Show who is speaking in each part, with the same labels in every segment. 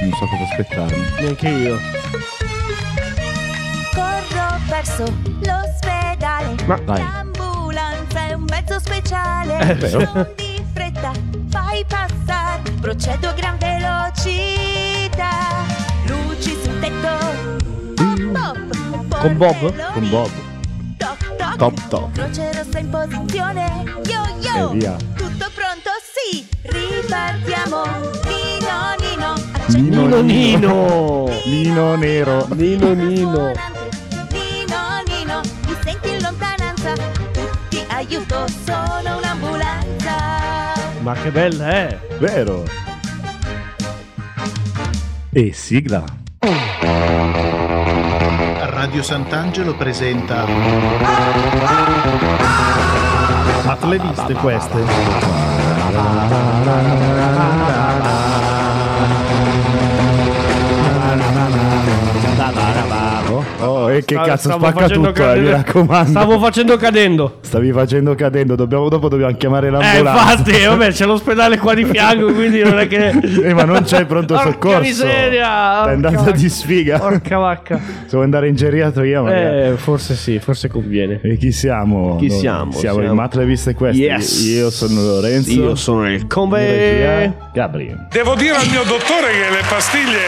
Speaker 1: Non so cosa aspettarmi.
Speaker 2: Neanche io.
Speaker 3: Corro verso l'ospedale.
Speaker 2: Ma-
Speaker 1: Dai.
Speaker 3: L'ambulanza è un mezzo speciale.
Speaker 2: Eh, vero.
Speaker 3: Non di fretta, fai passare. Procedo a gran velocità. Luci sul tetto. Pop, pop,
Speaker 2: Con Bob?
Speaker 3: portelloni.
Speaker 1: Mm. Con Bob.
Speaker 3: Toc, toc.
Speaker 1: Top top.
Speaker 3: Croce rossa in posizione. Yo yo.
Speaker 1: E via.
Speaker 3: Tutto pronto? Sì. Ripartiamo. Nino, Nino.
Speaker 1: Nino,
Speaker 2: Nino Nino.
Speaker 1: Nino nero.
Speaker 2: Nino Nino.
Speaker 3: Nino, Nino, mi senti in lontananza? Ti aiuto, sono un'ambulanza.
Speaker 2: Ma che bella eh. è.
Speaker 1: Vero. E sigla.
Speaker 4: Radio Sant'Angelo presenta Ma te le viste queste?
Speaker 1: Oh, e che
Speaker 2: Stavo-
Speaker 1: cazzo
Speaker 2: stavo
Speaker 1: spacca
Speaker 2: facendo
Speaker 1: tutto, eh,
Speaker 2: cadere-
Speaker 1: mi raccomando.
Speaker 2: Stavo facendo cadendo.
Speaker 1: Stavi facendo cadendo, dobbiamo, dopo dobbiamo chiamare
Speaker 2: Eh,
Speaker 1: l'ambulanza.
Speaker 2: infatti, vabbè, c'è l'ospedale qua di fianco, quindi non è che.
Speaker 1: Eh, ma non c'è il pronto
Speaker 2: Porca
Speaker 1: soccorso.
Speaker 2: miseria!
Speaker 1: È
Speaker 2: Porca
Speaker 1: andata
Speaker 2: vacca.
Speaker 1: di sfiga.
Speaker 2: Porca vacca.
Speaker 1: Devo andare in geriatria, magari.
Speaker 2: Eh, forse sì, forse conviene.
Speaker 1: E chi siamo?
Speaker 2: Chi
Speaker 1: Noi
Speaker 2: siamo?
Speaker 1: Siamo
Speaker 2: Siamo-
Speaker 1: in Matlevista Quest.
Speaker 2: Yes.
Speaker 1: Io sono Lorenzo.
Speaker 2: Io sono il
Speaker 1: In
Speaker 2: conve.
Speaker 1: regia, Gabriel.
Speaker 5: Devo dire al mio dottore che le pastiglie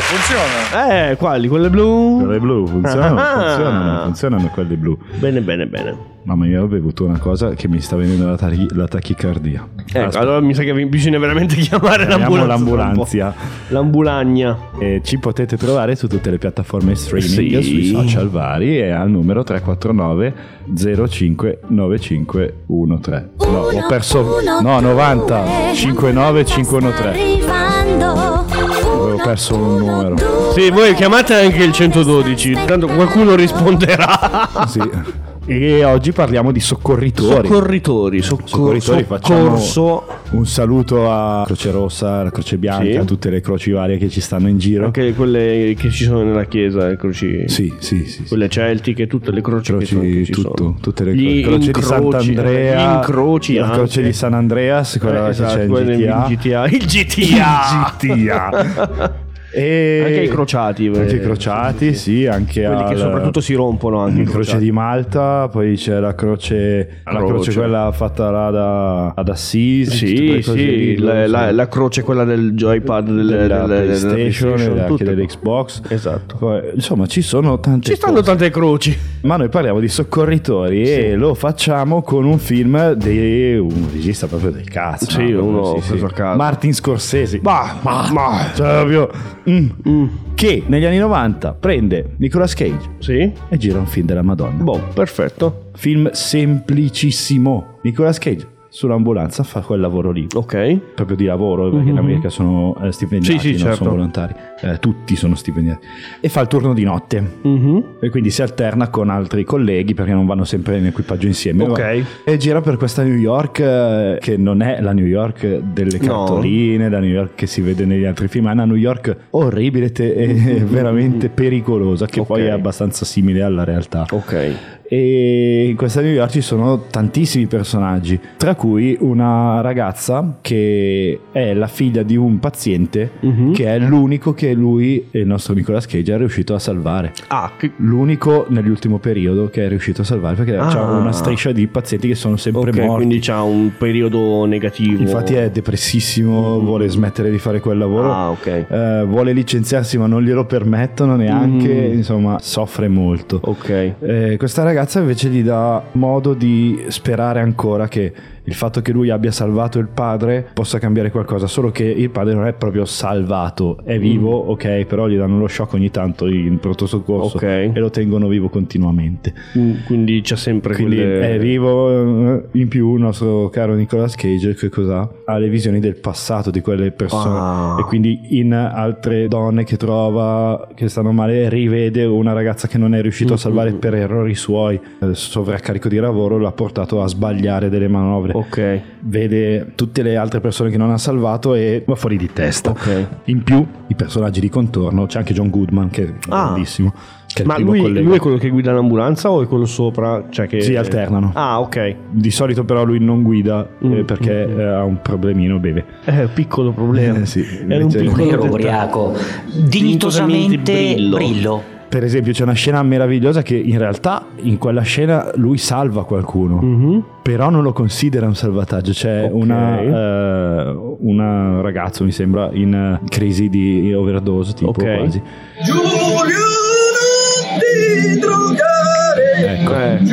Speaker 5: funzionano.
Speaker 2: Eh, quali? Quelle blu?
Speaker 1: Quelle blu funzionano,
Speaker 2: Ah.
Speaker 1: funzionano, funzionano quelle blu.
Speaker 2: Bene, bene, bene.
Speaker 1: Mamma mia, ho bevuto una cosa che mi sta venendo la, tari- la tachicardia.
Speaker 2: Ecco,
Speaker 1: Aspetta,
Speaker 2: allora mi sa che vi- bisogna veramente chiamare
Speaker 1: chiamiamo
Speaker 2: l'ambulanza.
Speaker 1: l'ambulanza.
Speaker 2: L'ambulagna.
Speaker 1: E ci potete trovare su tutte le piattaforme streaming,
Speaker 2: Sì.
Speaker 1: sui social vari e al numero 349 05 9513. No, ho perso. No, 90 59 513.
Speaker 3: Arrivando.
Speaker 1: Avevo perso un numero.
Speaker 2: Sì, voi chiamate anche il 112, tanto qualcuno risponderà.
Speaker 1: Sì. E oggi parliamo di soccorritori.
Speaker 2: Soccorritori, soccor-
Speaker 1: Soccorritori, facciamo-
Speaker 2: soccorso.
Speaker 1: Un saluto a Croce Rossa, alla Croce Bianca,
Speaker 2: Sì.
Speaker 1: a tutte le croci varie che ci stanno in giro.
Speaker 2: Anche quelle che ci sono nella chiesa, le croci.
Speaker 1: Sì, sì, sì. sì.
Speaker 2: Quelle celtiche, tutte le croci, che
Speaker 1: Croci,
Speaker 2: sono- che ci
Speaker 1: tutto,
Speaker 2: sono.
Speaker 1: tutte le
Speaker 2: Gli
Speaker 1: croci.
Speaker 2: incroci,
Speaker 1: Croce di Sant'Andrea,
Speaker 2: gli incroci
Speaker 1: la
Speaker 2: anche.
Speaker 1: croce di San Andreas, quella
Speaker 2: Eh,
Speaker 1: che
Speaker 2: esatto,
Speaker 1: c'è
Speaker 2: quelle
Speaker 1: in GTA.
Speaker 2: in GTA. Il GTA.
Speaker 1: GTA. E-
Speaker 2: Anche i crociati, eh,
Speaker 1: Anche i crociati,
Speaker 2: sì,
Speaker 1: sì, anche
Speaker 2: Quelli che
Speaker 1: al-
Speaker 2: soprattutto si rompono anche. i
Speaker 1: La Mm, croce
Speaker 2: crociati.
Speaker 1: di Malta, poi c'è la croce, la
Speaker 2: Croce.
Speaker 1: croce quella fatta là da, ad Assisi. tutte
Speaker 2: Sì,
Speaker 1: quelle cose lì,
Speaker 2: sì, la,
Speaker 1: non so.
Speaker 2: la- la croce quella del joypad del,
Speaker 1: della
Speaker 2: del- della
Speaker 1: PlayStation, e anche
Speaker 2: tutte.
Speaker 1: dell'Xbox.
Speaker 2: Esatto.
Speaker 1: Poi, insomma, ci sono tante
Speaker 2: Ci stanno
Speaker 1: cose.
Speaker 2: tante croci.
Speaker 1: Ma noi parliamo di soccorritori e lo facciamo con un film di un regista proprio del cazzo.
Speaker 2: Sì,
Speaker 1: no?
Speaker 2: uno preso a caso.
Speaker 1: Martin Scorsese.
Speaker 2: Ma, ma, ma.
Speaker 1: Cioè, proprio, mm, Che negli anni 90 prende Nicolas Cage
Speaker 2: Sì?
Speaker 1: e gira un film della Madonna.
Speaker 2: Boh, perfetto.
Speaker 1: Film semplicissimo. Nicolas Cage sull'ambulanza fa quel lavoro lì.
Speaker 2: Ok.
Speaker 1: Proprio di lavoro, perché in America sono eh, stipendiati,
Speaker 2: Mhm. Sì, sì,
Speaker 1: non
Speaker 2: certo.
Speaker 1: sono volontari. Eh, tutti sono stipendiati. E fa il turno di notte.
Speaker 2: Mhm.
Speaker 1: E quindi si alterna con altri colleghi perché non vanno sempre in equipaggio insieme.
Speaker 2: Ok.
Speaker 1: E gira per questa New York eh, che non è la New York delle
Speaker 2: No.
Speaker 1: cartoline, la New York che si vede negli altri film, ma è una New York orribile te- e veramente pericolosa, che
Speaker 2: Ok.
Speaker 1: poi è abbastanza simile alla realtà.
Speaker 2: Ok.
Speaker 1: E in questa New York ci sono tantissimi personaggi, tra cui una ragazza che è la figlia di un paziente
Speaker 2: Mhm.
Speaker 1: che è l'unico che lui, il nostro Nicolas Cage, è riuscito a salvare.
Speaker 2: Ah, che...
Speaker 1: L'unico nell'ultimo periodo che è riuscito a salvare perché
Speaker 2: Ah.
Speaker 1: c'è una striscia di pazienti che sono sempre
Speaker 2: ok,
Speaker 1: morti.
Speaker 2: quindi c'ha un periodo negativo.
Speaker 1: Infatti è depressissimo, vuole smettere di fare quel lavoro.
Speaker 2: Mm. Ah, ok.
Speaker 1: Eh, vuole licenziarsi ma non glielo permettono neanche,
Speaker 2: Mm.
Speaker 1: insomma soffre molto.
Speaker 2: Ok.
Speaker 1: Eh, questa ragazza invece gli dà modo di sperare ancora che il fatto che lui abbia salvato il padre possa cambiare qualcosa, solo che il padre non è proprio salvato, è vivo bravo, ok, però gli danno lo shock ogni tanto in pronto soccorso
Speaker 2: Ok.
Speaker 1: e lo tengono vivo continuamente.
Speaker 2: Mm, Quindi c'è sempre
Speaker 1: Quindi
Speaker 2: quelle-
Speaker 1: è vivo eh, in più il nostro caro Nicolas Cage che cos'ha? Ha le visioni del passato di quelle persone
Speaker 2: Ah.
Speaker 1: e quindi in altre donne che trova che stanno male rivede una ragazza che non è
Speaker 2: Mm,
Speaker 1: riuscito a salvare per errori suoi, il sovraccarico di lavoro l'ha portato a sbagliare delle manovre.
Speaker 2: Ok.
Speaker 1: Vede tutte le altre persone che non ha salvato e va fuori di testa.
Speaker 2: Ok.
Speaker 1: In più i personaggi di contorno, c'è anche John Goodman che è
Speaker 2: Ah.
Speaker 1: grandissimo. Che è il
Speaker 2: Ma
Speaker 1: primo
Speaker 2: lui,
Speaker 1: collega.
Speaker 2: lui è quello che guida l'ambulanza o è quello sopra? Cioè che...
Speaker 1: si alternano.
Speaker 2: Ah, ok.
Speaker 1: Di solito però lui non guida eh,
Speaker 2: Mm,
Speaker 1: perché eh, ha un problemino, beve.
Speaker 2: Eh, piccolo problema.
Speaker 1: Eh, sì,
Speaker 2: Era un
Speaker 1: invece-
Speaker 2: piccolo
Speaker 6: Vero
Speaker 2: dettaglio.
Speaker 6: ubriaco. Dignitosamente
Speaker 2: Brillo.
Speaker 6: brillo.
Speaker 1: Per esempio c'è una scena meravigliosa che in realtà in quella scena lui salva qualcuno,
Speaker 2: Mhm.
Speaker 1: però non lo considera un salvataggio. C'è
Speaker 2: Ok.
Speaker 1: una, eh, una ragazza, mi sembra, in eh, crisi di overdose, tipo
Speaker 2: Ok.
Speaker 1: quasi.
Speaker 7: Giulia ti drogare
Speaker 1: Ecco,
Speaker 2: Eh, infatti.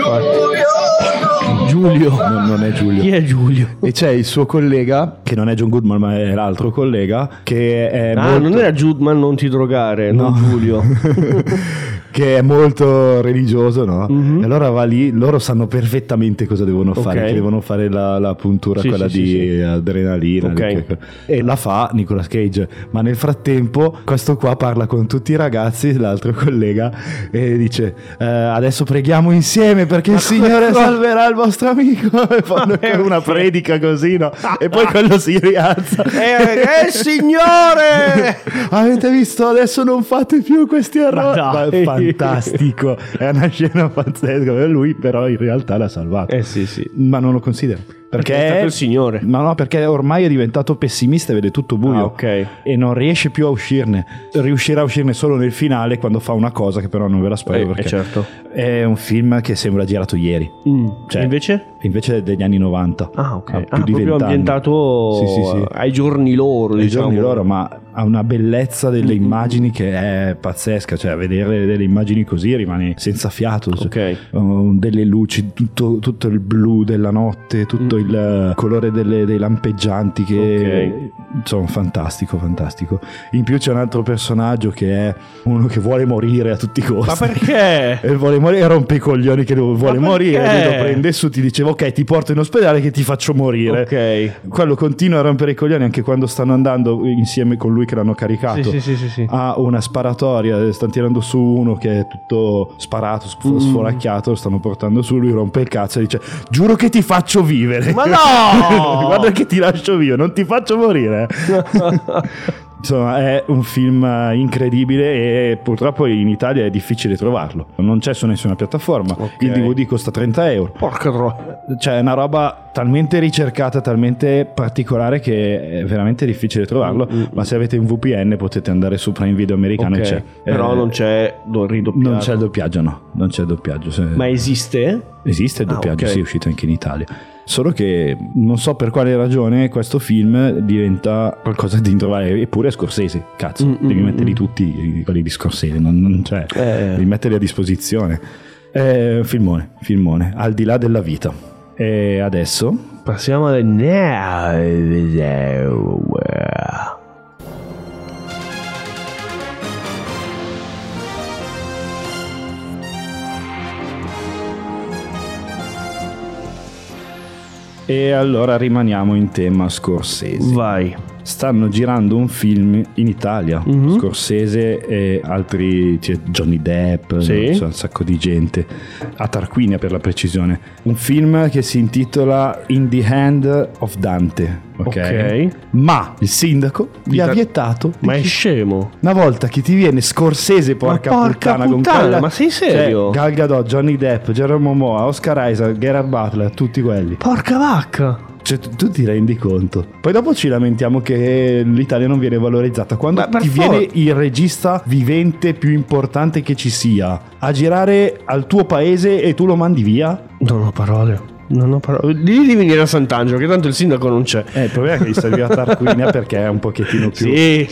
Speaker 7: Giulia no
Speaker 2: Giulio.
Speaker 1: non, non è Giulio.
Speaker 2: Chi è Giulio?
Speaker 1: E c'è il suo collega, che non è John Goodman ma è l'altro collega, che è
Speaker 2: ah,
Speaker 1: molto-
Speaker 2: non era Judman non ti drogare, no.
Speaker 1: No.
Speaker 2: Giulio.
Speaker 1: che è molto religioso, no? E allora va lì, loro sanno perfettamente cosa devono fare,
Speaker 2: Mhm. Ok.
Speaker 1: che devono fare la, la puntura,
Speaker 2: Sì,
Speaker 1: quella
Speaker 2: sì,
Speaker 1: di
Speaker 2: sì, sì.
Speaker 1: adrenalina.
Speaker 2: Ok.
Speaker 1: di che- E la fa Nicolas Cage, ma nel frattempo questo qua parla con tutti i ragazzi, l'altro collega, e dice "Eh, adesso preghiamo insieme perché il Signore salverà il vostro amico. E fanno una predica così, no? E poi quello si rialza.
Speaker 2: Eh, eh, signore!
Speaker 1: Avete visto? Adesso non fate più questi errori.
Speaker 2: Ma
Speaker 1: Ma
Speaker 2: dai.
Speaker 1: è fantastico. È una scena pazzesca. E Lui, però, in realtà l'ha salvato.
Speaker 2: Eh sì, sì.
Speaker 1: Ma non lo considera. Perché,
Speaker 2: Perché è stato il Signore.
Speaker 1: No, no, perché ormai è diventato pessimista e vede tutto buio.
Speaker 2: Ah, ok.
Speaker 1: E non riesce più a uscirne. Riuscirà a uscirne solo nel finale quando fa una cosa che però non ve la spoiler
Speaker 2: Eh,
Speaker 1: perché
Speaker 2: eh, certo.
Speaker 1: è un film che sembra girato ieri.
Speaker 2: Mm,
Speaker 1: Cioè-
Speaker 2: Invece?
Speaker 1: Invece è degli anni 90.
Speaker 2: Ah, ok.
Speaker 1: Ha
Speaker 2: Ah,
Speaker 1: più di
Speaker 2: proprio
Speaker 1: 20 anni.
Speaker 2: ambientato
Speaker 1: Sì, sì, sì
Speaker 2: ai giorni loro,
Speaker 1: i
Speaker 2: diciamo. Mm-hmm.
Speaker 1: giorni loro, ma ha una bellezza delle immagini che è pazzesca, cioè vedere delle immagini così rimani senza fiato, cioè,
Speaker 2: Ok.
Speaker 1: um, delle luci, tutto, tutto il blu della notte, tutto
Speaker 2: Mm-hmm.
Speaker 1: il eh, colore delle- dei lampeggianti che insomma fantastico, fantastico. In più c'è un altro personaggio che è uno che vuole morire a tutti i costi.
Speaker 2: Ma perché?
Speaker 1: E vuole morire, rompe i coglioni che lo- vuole
Speaker 2: Ma
Speaker 1: morire, lui
Speaker 2: perché?
Speaker 1: lo prende su, ti diceva ok ti porto in ospedale che ti faccio morire.
Speaker 2: ok.
Speaker 1: Quello continua a rompere i coglioni anche quando stanno andando insieme con lui che l'hanno
Speaker 2: Sì,
Speaker 1: caricato.
Speaker 2: sì, sì, sì, sì.
Speaker 1: Ha una sparatoria, eh, stanno tirando su uno che è tutto sparato, sf-
Speaker 2: Mm.
Speaker 1: sforacchiato, lo stanno portando su, lui rompe il cazzo e dice giuro che ti faccio vivere.
Speaker 2: Ma no!
Speaker 1: Guarda che ti lascio vivo, non ti faccio morire. Insomma, è un film eh, incredibile e purtroppo in Italia è difficile trovarlo. Non c'è su nessuna piattaforma.
Speaker 2: Ok.
Speaker 1: Il DVD costa 30 euro
Speaker 2: Porca troia.
Speaker 1: cioè è una roba talmente ricercata, talmente particolare che è veramente difficile trovarlo, ma se avete un VPN potete andare su Prime Video americano
Speaker 2: Mm, Ok.
Speaker 1: e c'è.
Speaker 2: Però
Speaker 1: Eh,
Speaker 2: non c'è do- ridoppiato.
Speaker 1: non c'è il doppiaggio, no, non c'è il doppiaggio. Se-
Speaker 2: Ma esiste?
Speaker 1: Esiste il
Speaker 2: Ah,
Speaker 1: doppiaggio,
Speaker 2: ok.
Speaker 1: sì, è uscito anche in Italia. Solo che non so per quale ragione questo film diventa qualcosa di introvabile, eppure è Scorsese, cazzo,
Speaker 2: Mm,
Speaker 1: devi
Speaker 2: mm,
Speaker 1: metterli
Speaker 2: mm.
Speaker 1: tutti eh, quelli di Scorsese, non, non c'è,
Speaker 2: Eh.
Speaker 1: devi metterli a disposizione. È un filmone, filmone, al di là della vita. E adesso
Speaker 2: Passiamo alle Now.
Speaker 1: E allora rimaniamo in tema Scorsese.
Speaker 2: Vai.
Speaker 1: Stanno girando un film in Italia,
Speaker 2: Mhm.
Speaker 1: Scorsese e altri, c'è Johnny Depp,
Speaker 2: Sì.
Speaker 1: non so, un sacco di gente, a Tarquinia per la precisione. Un film che si intitola In the Hand of Dante, ok?
Speaker 2: Ok.
Speaker 1: Ma il sindaco gli ha
Speaker 2: Tar-
Speaker 1: vietato di
Speaker 2: Ma è
Speaker 1: chi-
Speaker 2: scemo.
Speaker 1: una volta che ti viene Scorsese, porca,
Speaker 2: porca
Speaker 1: puttana, con
Speaker 2: puttana,
Speaker 1: quella-
Speaker 2: ma sei serio?
Speaker 1: Cioè, Gal Gadot, Johnny Depp, Gerard Moa, Oscar Isaac, Gerard Butler, tutti quelli.
Speaker 2: Porca vacca.
Speaker 1: Cioè, tu, tu ti rendi conto. Poi dopo ci lamentiamo che l'Italia non viene valorizzata. Quando
Speaker 2: Ma per
Speaker 1: ti
Speaker 2: for-
Speaker 1: viene il regista vivente più importante che ci sia a girare al tuo paese e tu lo mandi via?
Speaker 2: Non ho parole. Non ho parole. Digli di venire a Sant'Angelo, che tanto il sindaco non c'è.
Speaker 1: Eh, il problema è che gli serviva Tarquinia perché è un pochettino più...
Speaker 2: Sì.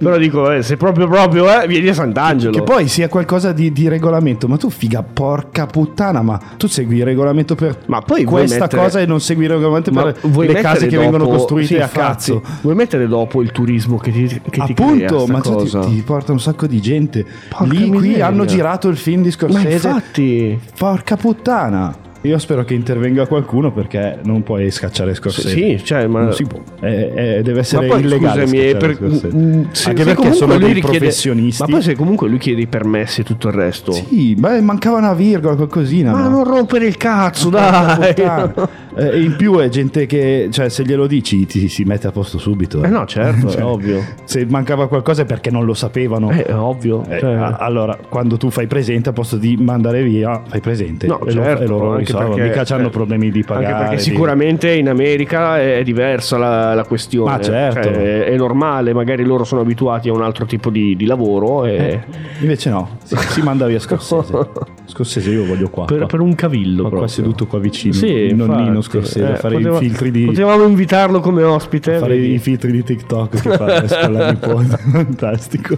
Speaker 2: Però dico, eh, se proprio proprio, eh, vieni a Sant'Angelo.
Speaker 1: Che poi sia qualcosa di, di regolamento, ma tu figa porca puttana, ma tu segui il regolamento per
Speaker 2: Ma poi vuoi
Speaker 1: questa
Speaker 2: mettere-
Speaker 1: cosa e non segui il regolamento
Speaker 2: Ma
Speaker 1: per
Speaker 2: vuoi
Speaker 1: le
Speaker 2: mettere
Speaker 1: case che
Speaker 2: dopo-
Speaker 1: vengono costruite
Speaker 2: sì,
Speaker 1: a
Speaker 2: infatti.
Speaker 1: cazzo.
Speaker 2: Vuoi mettere dopo il turismo che ti, che ti crea
Speaker 1: Appunto,
Speaker 2: sta
Speaker 1: ma tu ti,
Speaker 2: cosa?
Speaker 1: ti porta un sacco di gente.
Speaker 2: Porca
Speaker 1: Lì qui
Speaker 2: miseria.
Speaker 1: hanno girato il film di
Speaker 2: Ma
Speaker 1: Scorsese.
Speaker 2: infatti...
Speaker 1: Porca puttana. Io spero che intervenga qualcuno perché non puoi scacciare Scorsese.
Speaker 2: Sì, cioè, ma-
Speaker 1: Non si può. Eh, eh, deve essere
Speaker 2: ma poi
Speaker 1: illegale.
Speaker 2: scusami, è
Speaker 1: scacciare
Speaker 2: per,
Speaker 1: Scorsese.
Speaker 2: mm, se-
Speaker 1: Anche
Speaker 2: se
Speaker 1: perché
Speaker 2: comunque
Speaker 1: sono
Speaker 2: lui
Speaker 1: dei
Speaker 2: richiede-
Speaker 1: professionisti.
Speaker 2: Ma poi se comunque lui chiede i permessi e tutto il resto.
Speaker 1: Sì, beh, mancava una virgola, qualcosina.
Speaker 2: Ma
Speaker 1: no?
Speaker 2: non rompere il cazzo, dai!
Speaker 1: Puttana. Eh, e in più è gente che, cioè, se glielo dici ti si mette a posto subito. eh.
Speaker 2: Eh no, certo, è
Speaker 1: Cioè,
Speaker 2: ovvio.
Speaker 1: Se mancava qualcosa è perché non lo sapevano.
Speaker 2: Eh, è ovvio.
Speaker 1: Eh,
Speaker 2: cioè-
Speaker 1: a- allora, quando tu fai presente, a posto di mandare via, fai presente.
Speaker 2: No,
Speaker 1: e,
Speaker 2: certo,
Speaker 1: lo, e loro
Speaker 2: anche
Speaker 1: risolvono.
Speaker 2: perché-
Speaker 1: mica hanno
Speaker 2: eh,
Speaker 1: problemi di pagare.
Speaker 2: Anche perché
Speaker 1: di-
Speaker 2: sicuramente in America è è diversa la, la questione.
Speaker 1: Ma certo.
Speaker 2: Cioè, è, è normale, magari loro sono abituati a un altro tipo di, di lavoro. E...
Speaker 1: Invece no, si, si manda via Scorsese. Scorsese io voglio qua.
Speaker 2: Per,
Speaker 1: qua.
Speaker 2: per un cavillo.
Speaker 1: Ma qua
Speaker 2: proprio.
Speaker 1: seduto qua vicino,
Speaker 2: Sì,
Speaker 1: il nonnino
Speaker 2: infatti.
Speaker 1: Scorsese,
Speaker 2: Eh,
Speaker 1: a fare
Speaker 2: poteva-
Speaker 1: i filtri di...
Speaker 2: Potevamo invitarlo come ospite.
Speaker 1: fare
Speaker 2: vedi.
Speaker 1: i filtri di TikTok che fa adesso con la nipote. Fantastico.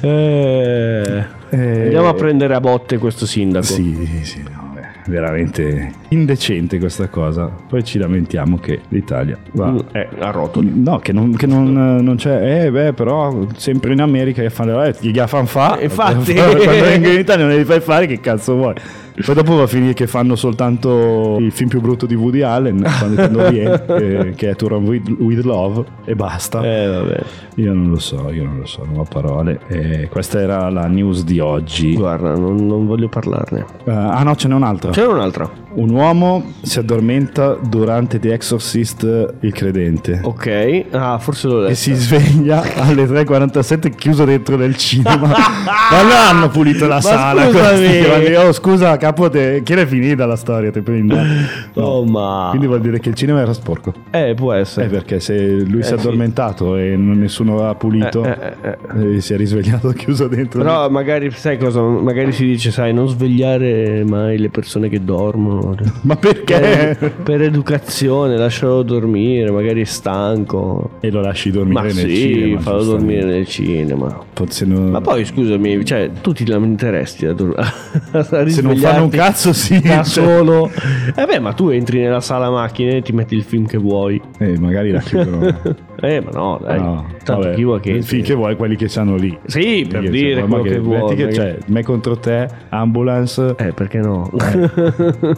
Speaker 1: Eh, eh,
Speaker 2: Andiamo a prendere a botte questo sindaco.
Speaker 1: Sì, sì, no, è veramente indecente questa cosa. Poi ci lamentiamo che l'Italia va.
Speaker 2: Mm, Eh, a rotoli.
Speaker 1: No, che non, che non- non c'è, eh beh, però sempre in America che fanno le gli fan fa.
Speaker 2: Eh, infatti.
Speaker 1: quando vengono in Italia non li fai fare, che cazzo vuoi? Poi dopo va a finire che fanno soltanto il film più brutto di Woody Allen quando, quando viene, eh, che è Tour with, with Love, e basta.
Speaker 2: Eh, vabbè.
Speaker 1: Io non lo so, io non lo so, non ho parole. Eh, questa era la news di oggi.
Speaker 2: Guarda, non, non voglio parlarne.
Speaker 1: Eh, ah no, ce n'è un'altra.
Speaker 2: C'è un'altra.
Speaker 1: Un uomo si addormenta durante The Exorcist il credente.
Speaker 2: Ok. Ah, forse l'ho
Speaker 1: E
Speaker 2: letto.
Speaker 1: si sveglia alle 3.47 chiuso dentro nel cinema. Ma non hanno pulito la
Speaker 2: Ma
Speaker 1: sala.
Speaker 2: scusami.
Speaker 1: questi, vanno lì, "Oh, scusa, capo, te, che ne è finita la storia? Te prendo." No.
Speaker 2: Oh, ma.
Speaker 1: Quindi vuol dire che il cinema era sporco.
Speaker 2: Eh, può essere.
Speaker 1: Eh, perché se lui si è
Speaker 2: sì.
Speaker 1: addormentato e non- nessuno ha pulito,
Speaker 2: Eh, eh, eh,
Speaker 1: eh, si è risvegliato chiuso dentro.
Speaker 2: Però magari sai cosa? Magari si dice, sai, non svegliare mai le persone che dormono.
Speaker 1: Ma perché?
Speaker 2: Per, per educazione, lascialo dormire, magari è stanco.
Speaker 1: E lo lasci dormire
Speaker 2: Ma
Speaker 1: nel
Speaker 2: sì,
Speaker 1: cinema.
Speaker 2: fallo dormire nel cinema.
Speaker 1: giustamente. Se non-
Speaker 2: Ma poi scusami, cioè, tu ti lamenteresti a, dor- a
Speaker 1: se non
Speaker 2: risvegliarti
Speaker 1: fanno un cazzo, sì.
Speaker 2: da
Speaker 1: cioè.
Speaker 2: solo. Eh beh, ma tu entri nella sala macchine e ti metti il film che vuoi.
Speaker 1: Eh, magari la chiudono.
Speaker 2: Eh, ma no, dai.
Speaker 1: No,
Speaker 2: Tanto
Speaker 1: vabbè,
Speaker 2: chi vuole che...
Speaker 1: finché vuoi quelli che sanno lì
Speaker 2: Sì, per
Speaker 1: Perché,
Speaker 2: dire
Speaker 1: cioè,
Speaker 2: quello
Speaker 1: ma
Speaker 2: che vuoi,
Speaker 1: metti
Speaker 2: perché-
Speaker 1: cioè, me contro te ambulance
Speaker 2: Eh, perché no?
Speaker 1: Eh.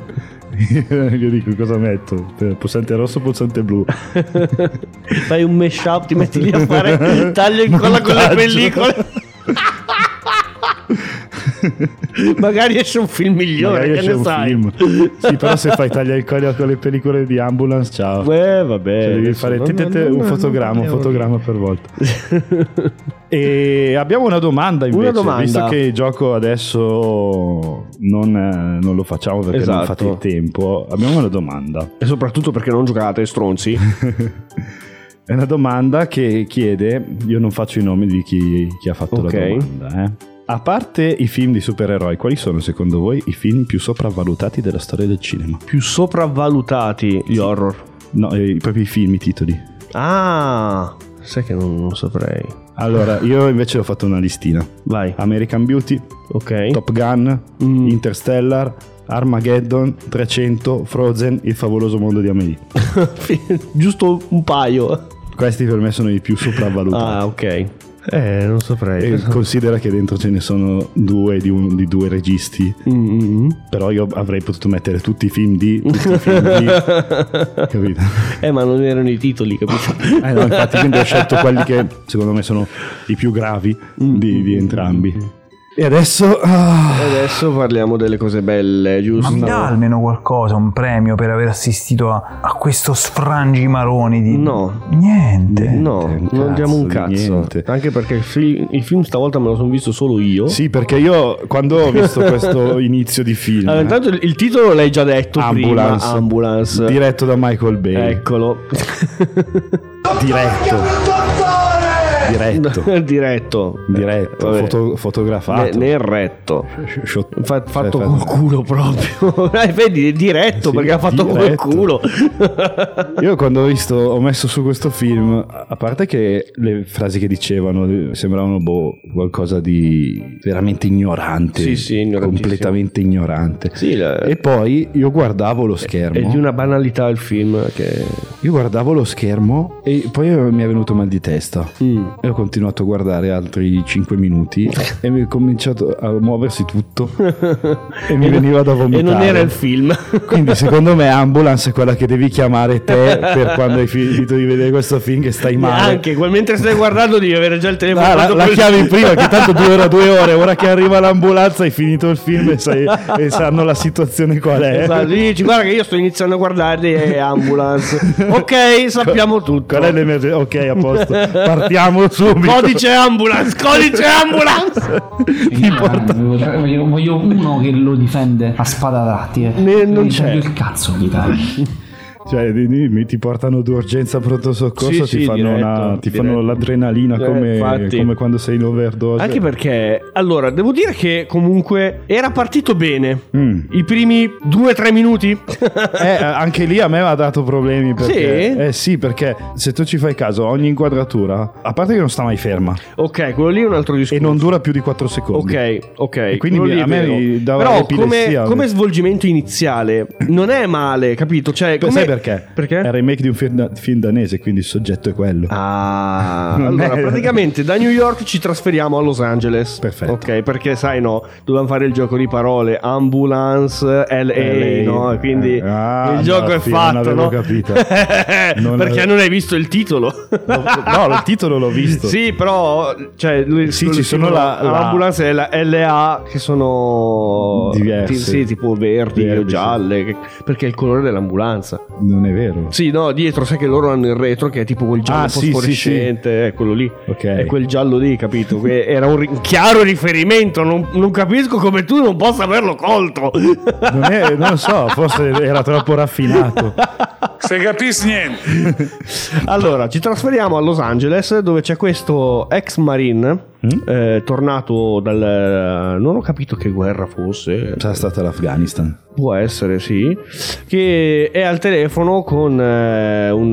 Speaker 1: io dico cosa metto Eh, pulsante rosso pulsante blu
Speaker 2: Fai un mash up, ti metti lì a fare taglio e incolla con le
Speaker 1: Montaggio.
Speaker 2: pellicole. Magari esce un film migliore,
Speaker 1: magari
Speaker 2: che
Speaker 1: esce
Speaker 2: ne
Speaker 1: un
Speaker 2: sai.
Speaker 1: film sì però se fai taglia il collo con le pellicole di ambulance ciao
Speaker 2: Eh, vabbè.
Speaker 1: Cioè, devi
Speaker 2: adesso
Speaker 1: fare
Speaker 2: non-
Speaker 1: te, te, te,
Speaker 2: non-
Speaker 1: un
Speaker 2: non-
Speaker 1: fotogramma, un
Speaker 2: non-
Speaker 1: fotogramma per volta. e abbiamo una domanda invece,
Speaker 2: Una domanda.
Speaker 1: visto che il gioco adesso non, eh, non lo facciamo perché non
Speaker 2: Esatto.
Speaker 1: fate il tempo, abbiamo una domanda.
Speaker 2: E soprattutto perché non giocate, stronzi.
Speaker 1: È una domanda che chiede, io non faccio i nomi di chi, chi ha fatto
Speaker 2: Ok.
Speaker 1: la domanda. eh. A parte i film di supereroi, quali sono secondo voi i film più sopravvalutati della storia del cinema?
Speaker 2: Più sopravvalutati gli horror.
Speaker 1: No, eh, proprio i film, i titoli.
Speaker 2: Ah, sai che non, non saprei.
Speaker 1: Allora, io invece ho fatto una listina.
Speaker 2: Vai.
Speaker 1: American Beauty,
Speaker 2: Ok.
Speaker 1: Top Gun,
Speaker 2: Mm.
Speaker 1: Interstellar, Armageddon, 300, Frozen, Il favoloso mondo di Amelie.
Speaker 2: Giusto un paio.
Speaker 1: Questi per me sono i più sopravvalutati.
Speaker 2: Ah, ok. Eh, non saprei.
Speaker 1: E considera che dentro ce ne sono due di, un- di due registi,
Speaker 2: Mm, mm, mm.
Speaker 1: però io avrei potuto mettere tutti i film di... Tutti i film di capito?
Speaker 2: Eh, ma non erano i titoli, capito?
Speaker 1: Eh no, infatti quindi ho scelto quelli che secondo me sono i più gravi di, di entrambi. E adesso... ah,
Speaker 2: Adesso parliamo delle cose belle, giusto?
Speaker 6: Mi dà almeno qualcosa, un premio per aver assistito a, a questo sfrangi maroni di...
Speaker 2: No.
Speaker 6: Niente.
Speaker 2: No,
Speaker 1: un
Speaker 2: non diamo un
Speaker 1: cazzo di
Speaker 2: cazzo.
Speaker 1: niente.
Speaker 2: Anche perché il, fi- il film stavolta me lo sono visto solo io.
Speaker 1: Sì, perché io quando ho visto questo inizio di film...
Speaker 2: Allora, intanto il, il titolo l'hai già detto
Speaker 1: Ambulance. Ecco.
Speaker 2: prima, Ambulance.
Speaker 1: Diretto da Michael Bay.
Speaker 2: Eccolo.
Speaker 1: Diretto.
Speaker 7: Dottore!
Speaker 1: Diretto.
Speaker 2: diretto.
Speaker 1: Diretto,
Speaker 2: Vabbè.
Speaker 1: foto-
Speaker 2: Ne-
Speaker 1: fotografato.
Speaker 2: nel retto.
Speaker 1: Sh- shot-
Speaker 2: Fa- fatto
Speaker 1: Cioè, fa-
Speaker 2: col culo proprio. Eh, Vedi, è diretto
Speaker 1: Sì,
Speaker 2: perché ha fatto col
Speaker 1: diretto.
Speaker 2: culo.
Speaker 1: Io quando ho visto, ho messo su questo film, a parte che le frasi che dicevano sembravano boh, qualcosa di veramente ignorante,
Speaker 2: Sì, sì, ignorantissimo.
Speaker 1: completamente ignorante.
Speaker 2: Sì, la-
Speaker 1: E poi io guardavo lo schermo.
Speaker 2: È di una banalità il film che...
Speaker 1: Io guardavo lo schermo e poi eh, mi è venuto mal di testa.
Speaker 2: Mm.
Speaker 1: E ho continuato a guardare altri 5 minuti e mi è cominciato a muoversi tutto e mi veniva da vomitare.
Speaker 2: E non era il film.
Speaker 1: Quindi secondo me Ambulance è quella che devi chiamare te per quando hai finito di vedere questo film che stai male.
Speaker 2: Anche quel- mentre stai guardando devi avere già il telefono.
Speaker 1: Ah, la,
Speaker 2: pronto
Speaker 1: la
Speaker 2: per-
Speaker 1: chiami prima che tanto dura due ore, ora che arriva l'ambulanza hai finito il film e, sai- e sanno la situazione qual è.
Speaker 2: Esatto, gli dici guarda che io sto iniziando a guardarli e ambulance. Ok, sappiamo tutto.
Speaker 1: Qual è l'emergenza? Ok, a posto. Partiamo subito.
Speaker 2: Codice ambulance, codice ambulance.
Speaker 8: Voglio, voglio- voglio uno che lo difende a spada tratte.
Speaker 2: Ne- non
Speaker 8: Gli taglio
Speaker 2: c'è.
Speaker 8: il cazzo gli taglio.
Speaker 1: Cioè, di- di- mi ti portano d'urgenza pronto soccorso,
Speaker 2: Sì,
Speaker 1: ti,
Speaker 2: sì,
Speaker 1: fanno,
Speaker 2: diretto,
Speaker 1: una- ti
Speaker 2: diretto.
Speaker 1: fanno l'adrenalina
Speaker 2: Eh,
Speaker 1: come,
Speaker 2: infatti.
Speaker 1: come quando sei in overdose.
Speaker 2: Anche perché, allora, devo dire che comunque era partito bene.
Speaker 1: Mm.
Speaker 2: I primi due o tre minuti.
Speaker 1: Eh, anche lì a me ha dato problemi perché,
Speaker 2: Sì?
Speaker 1: eh, sì, perché se tu ci fai caso, ogni inquadratura, a parte che non sta mai ferma
Speaker 2: ok, quello lì è un altro discorso.
Speaker 1: e non dura più di 4 secondi.
Speaker 2: Ok, ok.
Speaker 1: E quindi
Speaker 2: quello
Speaker 1: mi-
Speaker 2: lì
Speaker 1: a
Speaker 2: è
Speaker 1: me
Speaker 2: vero.
Speaker 1: mi dava
Speaker 2: Però
Speaker 1: l'epilessia.
Speaker 2: come, come svolgimento iniziale non è male, capito? Cioè,
Speaker 1: Beh,
Speaker 2: come...
Speaker 1: Sai perché?
Speaker 2: Perché?
Speaker 1: È il remake di un film, da- film danese, quindi il soggetto è quello.
Speaker 2: Ah,
Speaker 1: Non
Speaker 2: allora
Speaker 1: è-
Speaker 2: praticamente da New York ci trasferiamo a Los Angeles.
Speaker 1: Perfetto.
Speaker 2: Ok, perché sai, no, dovevamo fare il gioco di parole ambulance LA,
Speaker 1: LA,
Speaker 2: no? E quindi
Speaker 1: eh, ah,
Speaker 2: il gioco è
Speaker 1: no, sì, non
Speaker 2: fatto,
Speaker 1: avevo
Speaker 2: no?
Speaker 1: capito. Non
Speaker 2: perché
Speaker 1: avevo-
Speaker 2: non hai visto il titolo?
Speaker 1: No, il titolo l'ho visto.
Speaker 2: Sì, però cioè, lui-
Speaker 1: Sì,
Speaker 2: lui-
Speaker 1: ci sono la- la-
Speaker 2: l'ambulance e la LA che sono
Speaker 1: Diverse.
Speaker 2: ti- sì, tipo verdi
Speaker 1: Verdi,
Speaker 2: o gialle, che- perché è il colore dell'ambulanza.
Speaker 1: Non è vero.
Speaker 2: Sì, no, dietro sai che loro hanno il retro che è tipo quel giallo
Speaker 1: Ah, sì, sì,
Speaker 2: fosforescente, è quello lì.
Speaker 1: Ok.
Speaker 2: È quel giallo lì, capito? Que- Era un ri- un chiaro riferimento, non, non capisco come tu non possa averlo colto.
Speaker 1: Non, è- non lo so, forse era troppo raffinato.
Speaker 5: Se capisci niente.
Speaker 2: Allora, ci trasferiamo a Los Angeles dove c'è questo ex marine
Speaker 1: Mm?
Speaker 2: eh, tornato dal... non ho capito che guerra fosse.
Speaker 1: Sarà stato l'Afghanistan.
Speaker 2: Può essere, sì. Che è al telefono con eh, un,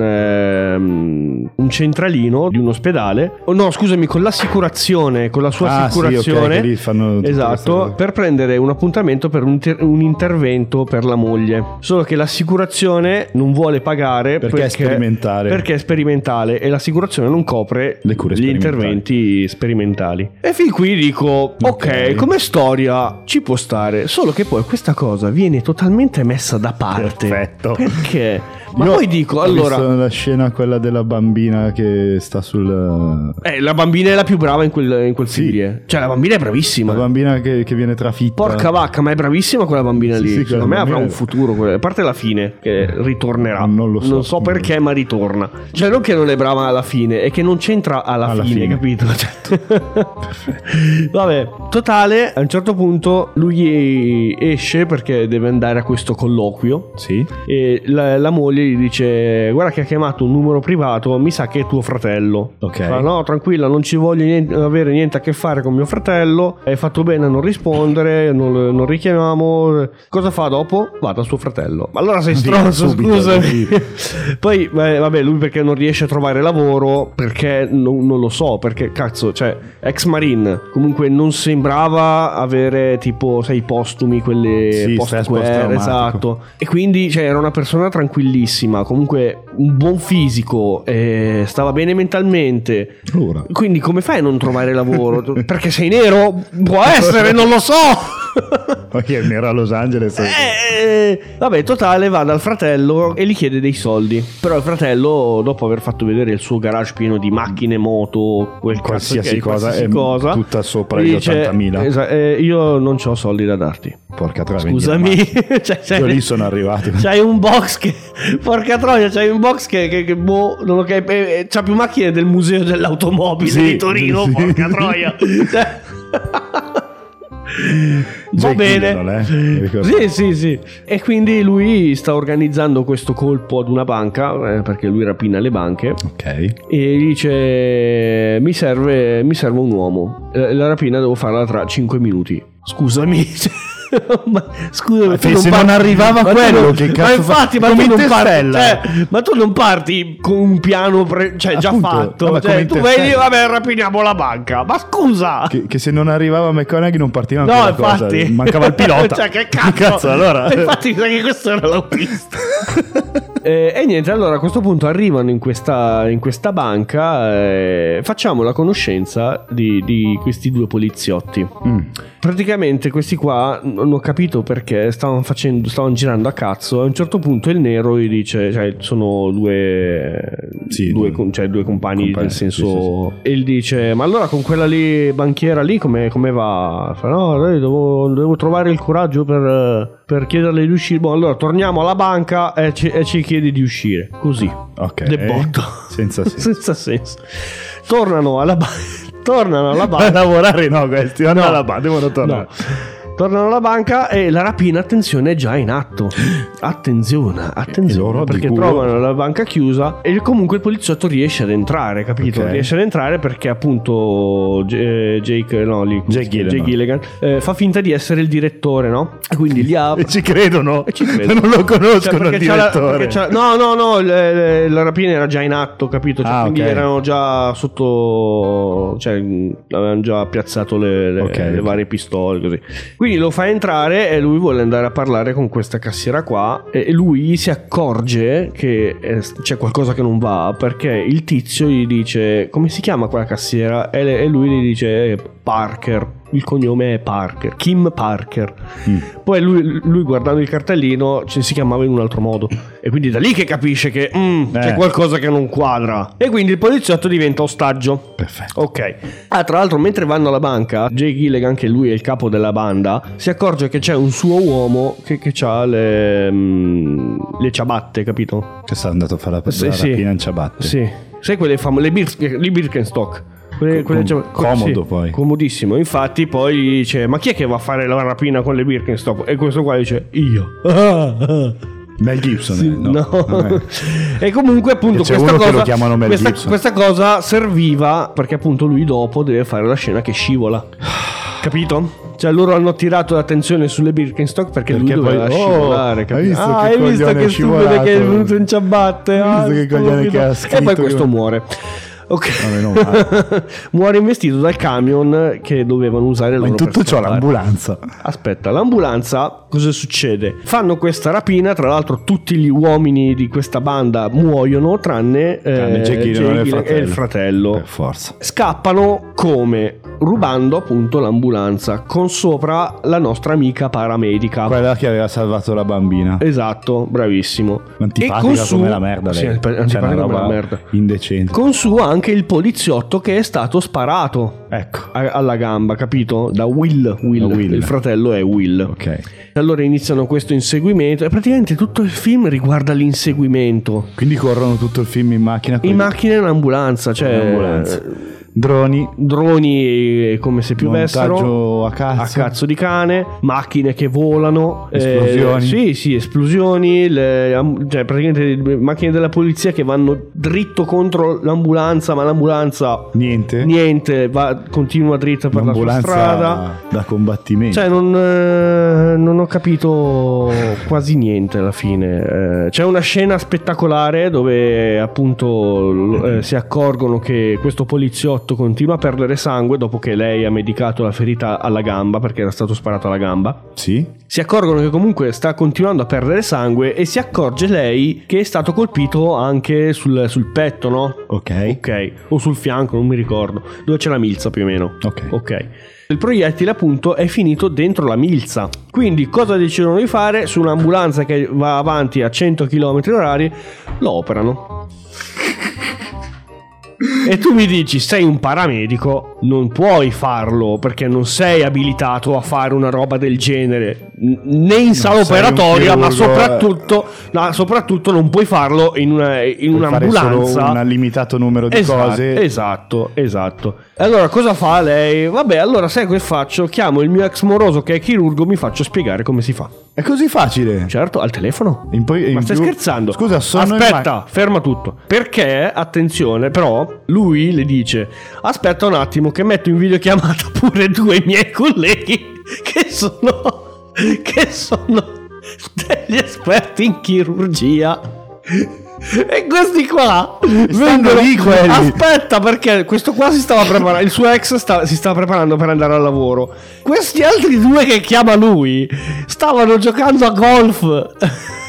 Speaker 2: ehm, un centralino di un ospedale. Oh, no, scusami, con l'assicurazione, con la sua
Speaker 1: Ah, sì, ok,
Speaker 2: assicurazione.
Speaker 1: che lì fanno tutte queste
Speaker 2: esatto,
Speaker 1: cose.
Speaker 2: per prendere un appuntamento per un, inter- un intervento per la moglie. Solo che l'assicurazione non vuole pagare
Speaker 1: Perché è sperimentale.
Speaker 2: Perché è sperimentale e l'assicurazione non copre
Speaker 1: Le cure
Speaker 2: gli
Speaker 1: sperimentali.
Speaker 2: interventi sperimentali. E fin qui dico,
Speaker 1: Ok.
Speaker 2: ok, come come storia ci può stare, solo che poi questa cosa viene totalmente messa da parte.
Speaker 1: Perfetto.
Speaker 2: Perché? Ma
Speaker 1: Io
Speaker 2: poi dico,
Speaker 1: ho
Speaker 2: allora,
Speaker 1: visto la scena quella della bambina che sta sul.
Speaker 2: eh, la bambina è la più brava in quel, in quel
Speaker 1: Sì.
Speaker 2: film lì, eh. Cioè, la bambina è bravissima.
Speaker 1: La bambina che, che viene trafitta.
Speaker 2: Porca vacca, ma è bravissima quella bambina
Speaker 1: Sì,
Speaker 2: lì.
Speaker 1: sì, quella
Speaker 2: Secondo me avrà
Speaker 1: bambina
Speaker 2: un
Speaker 1: è-
Speaker 2: futuro. quella- A parte la fine, che ritornerà.
Speaker 1: Non lo so.
Speaker 2: Non so perché, ma ritorna. Cioè, non che non è brava alla fine, è che non c'entra alla,
Speaker 1: Alla
Speaker 2: fine,
Speaker 1: fine.
Speaker 2: capito? Cioè- Vabbè, totale, a un certo punto lui esce perché deve andare a questo colloquio.
Speaker 1: Sì.
Speaker 2: E la, la moglie gli dice: Guarda, che ha chiamato un numero privato, mi sa che è tuo fratello.
Speaker 1: Ok.
Speaker 2: Fa, no, tranquilla, non ci voglio niente- avere niente a che fare con mio fratello. Hai fatto bene a non rispondere, non, lo- non richiamiamo. Cosa fa dopo? Va da suo fratello. Ma Allora sei stronzo,
Speaker 1: subito,
Speaker 2: scusami. Poi, beh, vabbè, lui perché non riesce a trovare lavoro, perché non, non lo so, perché cazzo, cioè, ex marine, comunque non sembrava avere tipo, sai, i postumi, quelle
Speaker 1: Sì, stress
Speaker 2: post guerra,
Speaker 1: post-traumatico.
Speaker 2: esatto. E quindi cioè, era una persona tranquillissima, comunque un buon fisico, eh, stava bene mentalmente.
Speaker 1: Allora.
Speaker 2: Quindi come fai a non trovare lavoro? Perché sei nero? Può essere, non lo so.
Speaker 1: Ok, era a Los Angeles.
Speaker 2: Eh, vabbè, totale va dal fratello e gli chiede dei soldi. Però il fratello, dopo aver fatto vedere il suo garage pieno di macchine, moto, quel cazzo che
Speaker 1: Qualsiasi
Speaker 2: è,
Speaker 1: cosa,
Speaker 2: qualsiasi
Speaker 1: è
Speaker 2: cosa,
Speaker 1: tutta sopra
Speaker 2: gli
Speaker 1: gli
Speaker 2: dice,
Speaker 1: 80.000.
Speaker 2: "Esa- eh, io non ho soldi da darti.
Speaker 1: Porca troia.
Speaker 2: Scusami,
Speaker 1: quindi,
Speaker 2: cioè,
Speaker 1: ma- Io
Speaker 2: c'hai,
Speaker 1: lì sono arrivato.
Speaker 2: c'hai un box che. Porca troia, c'hai un box che. che, che boh, non lo cap- eh, eh, c'ha più macchine del museo dell'automobile
Speaker 1: Sì,
Speaker 2: di Torino.
Speaker 1: sì.
Speaker 2: Porca troia. Cioè- Va
Speaker 1: Jake
Speaker 2: bene.
Speaker 1: Gyllenhaal, eh? Mi ricordo.
Speaker 2: Sì, sì, sì. E quindi lui sta organizzando questo colpo ad una banca, eh, perché lui rapina le banche.
Speaker 1: Ok.
Speaker 2: E gli dice: Mi serve, mi serve un uomo. Eh, La rapina devo farla tra 5 minuti. Scusami. ma scusami,
Speaker 1: Ma
Speaker 2: tu
Speaker 1: se non
Speaker 2: parti-
Speaker 1: arrivava
Speaker 2: tu
Speaker 1: quello,
Speaker 2: non-
Speaker 1: che
Speaker 2: ma
Speaker 1: cazzo fa-
Speaker 2: infatti, ma tu,
Speaker 1: come
Speaker 2: non parti,
Speaker 1: Interstellar.
Speaker 2: cioè, ma tu non parti con un piano pre- cioè, già
Speaker 1: Appunto, no,
Speaker 2: fatto.
Speaker 1: ma
Speaker 2: Cioè,
Speaker 1: come
Speaker 2: tu vedi,
Speaker 1: Interstellar.
Speaker 2: vabbè, rapiniamo la banca. Ma scusa,
Speaker 1: Che, che se non arrivava McConaughey non partiva
Speaker 2: no,
Speaker 1: ancora cosa.
Speaker 2: infatti,
Speaker 1: Mancava il pilota.
Speaker 2: cioè, che cazzo,
Speaker 1: allora?
Speaker 2: Infatti, mi sa che questo era l'autista. Eh, e niente, allora a questo punto arrivano in questa, in questa banca, eh, facciamo la conoscenza di, di questi due poliziotti.
Speaker 1: Mm,
Speaker 2: Praticamente questi qua non ho capito perché stavano, facendo, stavano girando a cazzo. A un certo punto il nero gli dice: cioè, sono due,
Speaker 1: Sì,
Speaker 2: due,
Speaker 1: due-
Speaker 2: con- cioè, due compagni,
Speaker 1: compagni,
Speaker 2: nel
Speaker 1: sì,
Speaker 2: senso. E gli dice: Ma allora con quella lì banchiera lì come, come va? Fa, no, dai, devo, devo trovare il coraggio per, per chiederle di uscire. Boh, allora torniamo alla banca e ci, e ci chiedi di uscire. Così.
Speaker 1: Ok.
Speaker 2: De botto.
Speaker 1: Senza senso.
Speaker 2: Senza senso. Tornano alla banca. Tornano alla
Speaker 1: A
Speaker 2: banca.
Speaker 1: lavorare no questi, no, alla ba- devono tornare.
Speaker 2: No. Tornano alla banca e la rapina, attenzione, è già in atto. Attenzione,
Speaker 1: E
Speaker 2: attenzione.
Speaker 1: loro di
Speaker 2: Perché
Speaker 1: culo.
Speaker 2: trovano la banca chiusa e comunque il poliziotto riesce ad entrare, capito?
Speaker 1: Ok.
Speaker 2: Riesce ad entrare perché appunto J- eh, Jake, no, lì,
Speaker 1: Jake Gyllenhaal.
Speaker 2: Gyllenhaal, eh, fa finta di essere il direttore, no? E quindi li apre.
Speaker 1: E ci credono.
Speaker 2: E ci credo.
Speaker 1: Non lo
Speaker 2: Cioè,
Speaker 1: conoscono il
Speaker 2: perché c'ha la-
Speaker 1: direttore.
Speaker 2: perché c'ha- no, no, no, le- le- la rapina era già in atto, capito? Cioè,
Speaker 1: Ah,
Speaker 2: quindi
Speaker 1: ok.
Speaker 2: erano già sotto, cioè mh, avevano già piazzato le, le-
Speaker 1: Ok,
Speaker 2: le
Speaker 1: ok.
Speaker 2: varie pistole. Così. Quindi lo fa entrare e lui vuole andare a parlare con questa cassiera qua. E e lui si accorge che eh, c'è qualcosa che non va perché il tizio gli dice: Come si chiama quella cassiera? E, le- e lui gli dice: "Eh, Parker. Il cognome è Parker, Kim Parker. Poi lui, lui guardando il cartellino ci si chiamava in un altro modo. E quindi da lì che capisce che mm, c'è
Speaker 1: Eh.
Speaker 2: qualcosa che non quadra. E quindi il poliziotto diventa ostaggio.
Speaker 1: Perfetto.
Speaker 2: Ok. Ah, tra l'altro, mentre vanno alla banca, Jay Gilligan, che lui è il capo della banda, si accorge che c'è un suo uomo che, ha le, mm, le ciabatte, capito?
Speaker 1: Che sta andato a fare la,
Speaker 2: Sì,
Speaker 1: la
Speaker 2: sì.
Speaker 1: rapina in ciabatte.
Speaker 2: Sì. Sai quelle famose, le, Bir- le Birkenstock. Quelle,
Speaker 1: Com-
Speaker 2: quelle ciab-
Speaker 1: comodo, poi.
Speaker 2: Comodissimo. Infatti, poi gli dice: Ma chi è che va a fare la rapina con le Birkenstock? E questo qua dice: Io.
Speaker 1: Mel Gibson. eh, no.
Speaker 2: No.
Speaker 1: Vabbè.
Speaker 2: e comunque appunto
Speaker 1: E c'è
Speaker 2: questa
Speaker 1: uno che
Speaker 2: cosa,
Speaker 1: lo chiamano Mel
Speaker 2: questa,
Speaker 1: Gibson.
Speaker 2: questa cosa serviva perché appunto lui dopo deve fare la scena che scivola. Capito? Cioè loro hanno tirato l'attenzione sulle Birkenstock perché,
Speaker 1: Perché
Speaker 2: lui doveva
Speaker 1: poi- oh,
Speaker 2: scivolare. capito?
Speaker 1: hai visto
Speaker 2: ah,
Speaker 1: che
Speaker 2: hai visto
Speaker 1: coglione
Speaker 2: che
Speaker 1: è
Speaker 2: stupido che è
Speaker 1: scivolato?
Speaker 2: venuto in ciabatte.
Speaker 1: Hai
Speaker 2: ah,
Speaker 1: visto che
Speaker 2: stupido.
Speaker 1: coglione che ha
Speaker 2: E poi
Speaker 1: scritto
Speaker 2: questo
Speaker 1: che-
Speaker 2: muore. Ok.
Speaker 1: Ma meno male.
Speaker 2: muore investito dal camion che dovevano usare loro
Speaker 1: Ma in
Speaker 2: per
Speaker 1: tutto ciò
Speaker 2: scappare.
Speaker 1: l'ambulanza.
Speaker 2: Aspetta, l'ambulanza cosa succede? Fanno questa rapina, tra l'altro tutti gli uomini di questa banda muoiono tranne, eh,
Speaker 1: Tranne Jake
Speaker 2: Jake
Speaker 1: Gyllenhaal
Speaker 2: Gyllenhaal e il fratello.
Speaker 1: Per forza.
Speaker 2: Scappano come? Rubando appunto l'ambulanza con sopra la nostra amica paramedica.
Speaker 1: Quella che aveva salvato la bambina.
Speaker 2: Esatto, bravissimo.
Speaker 1: Ma
Speaker 2: E
Speaker 1: antipatica
Speaker 2: con
Speaker 1: come
Speaker 2: su-
Speaker 1: la merda lei.
Speaker 2: Sì, antipa-
Speaker 1: Cioè,
Speaker 2: antipatica
Speaker 1: una
Speaker 2: come la
Speaker 1: roba
Speaker 2: merda.
Speaker 1: Indecente.
Speaker 2: Con su anche il poliziotto che è stato sparato
Speaker 1: Ecco.
Speaker 2: a- alla gamba, capito? Da Will. Will.
Speaker 1: Da Will.
Speaker 2: Il fratello è Will.
Speaker 1: Ok.
Speaker 2: Allora iniziano questo inseguimento e praticamente tutto il film riguarda l'inseguimento.
Speaker 1: Quindi corrono tutto il film in macchina. con
Speaker 2: In macchina e in ambulanza, cioè
Speaker 1: In ambulanza. Droni.
Speaker 2: droni eh, come se piovessero.
Speaker 1: Montaggio a cazzo.
Speaker 2: A cazzo di cane, macchine che volano, eh,
Speaker 1: Esplosioni.
Speaker 2: sì, sì, esplosioni, le am- cioè praticamente macchine della polizia che vanno dritto contro l'ambulanza, ma l'ambulanza
Speaker 1: Niente.
Speaker 2: niente, va, continua dritta per la sua strada.
Speaker 1: Un'ambulanza da combattimento.
Speaker 2: Cioè, non, eh, non ho capito quasi niente alla fine. Eh, c'è una scena spettacolare dove appunto l- eh, si accorgono che questo poliziotto continua a perdere sangue dopo che lei ha medicato la ferita alla gamba perché era stato sparato alla gamba.
Speaker 1: Sì.
Speaker 2: Si accorgono che comunque sta continuando a perdere sangue e si accorge lei che è stato colpito anche sul, sul petto, no?
Speaker 1: Ok.
Speaker 2: Ok, o sul fianco, non mi ricordo, dove c'è la milza più o meno.
Speaker 1: Ok.
Speaker 2: Ok. Il proiettile appunto è finito dentro la milza. Quindi cosa decidono di fare? Su un'ambulanza che va avanti a 100 km orari lo operano. e tu mi dici sei un paramedico? non puoi farlo perché non sei abilitato a fare una roba del genere n- né in sala
Speaker 1: sei un
Speaker 2: operatoria, ma
Speaker 1: chirurgo, eh.
Speaker 2: soprattutto, ma soprattutto non puoi farlo in, una, in
Speaker 1: Puoi fare
Speaker 2: un'ambulanza.
Speaker 1: solo un limitato numero di
Speaker 2: Esatto,
Speaker 1: cose.
Speaker 2: Esatto, esatto. E Allora cosa fa lei? Vabbè, allora sai che faccio? Chiamo il mio ex moroso che è chirurgo, mi faccio spiegare come si fa.
Speaker 1: È così facile.
Speaker 2: Certo, al telefono.
Speaker 1: In poi-
Speaker 2: Ma
Speaker 1: in
Speaker 2: stai
Speaker 1: più-
Speaker 2: scherzando?
Speaker 1: Scusa, sono in
Speaker 2: Aspetta,
Speaker 1: ma-
Speaker 2: ferma tutto. Perché, attenzione, però, lui le dice: Aspetta un attimo, che metto in videochiamata pure due miei colleghi che sono. che sono degli esperti in chirurgia. E questi qua vengono
Speaker 1: lì quelli.
Speaker 2: Aspetta, perché questo qua si stava preparando. Il suo ex sta- si stava preparando per andare al lavoro. Questi altri due che chiama lui stavano giocando a golf.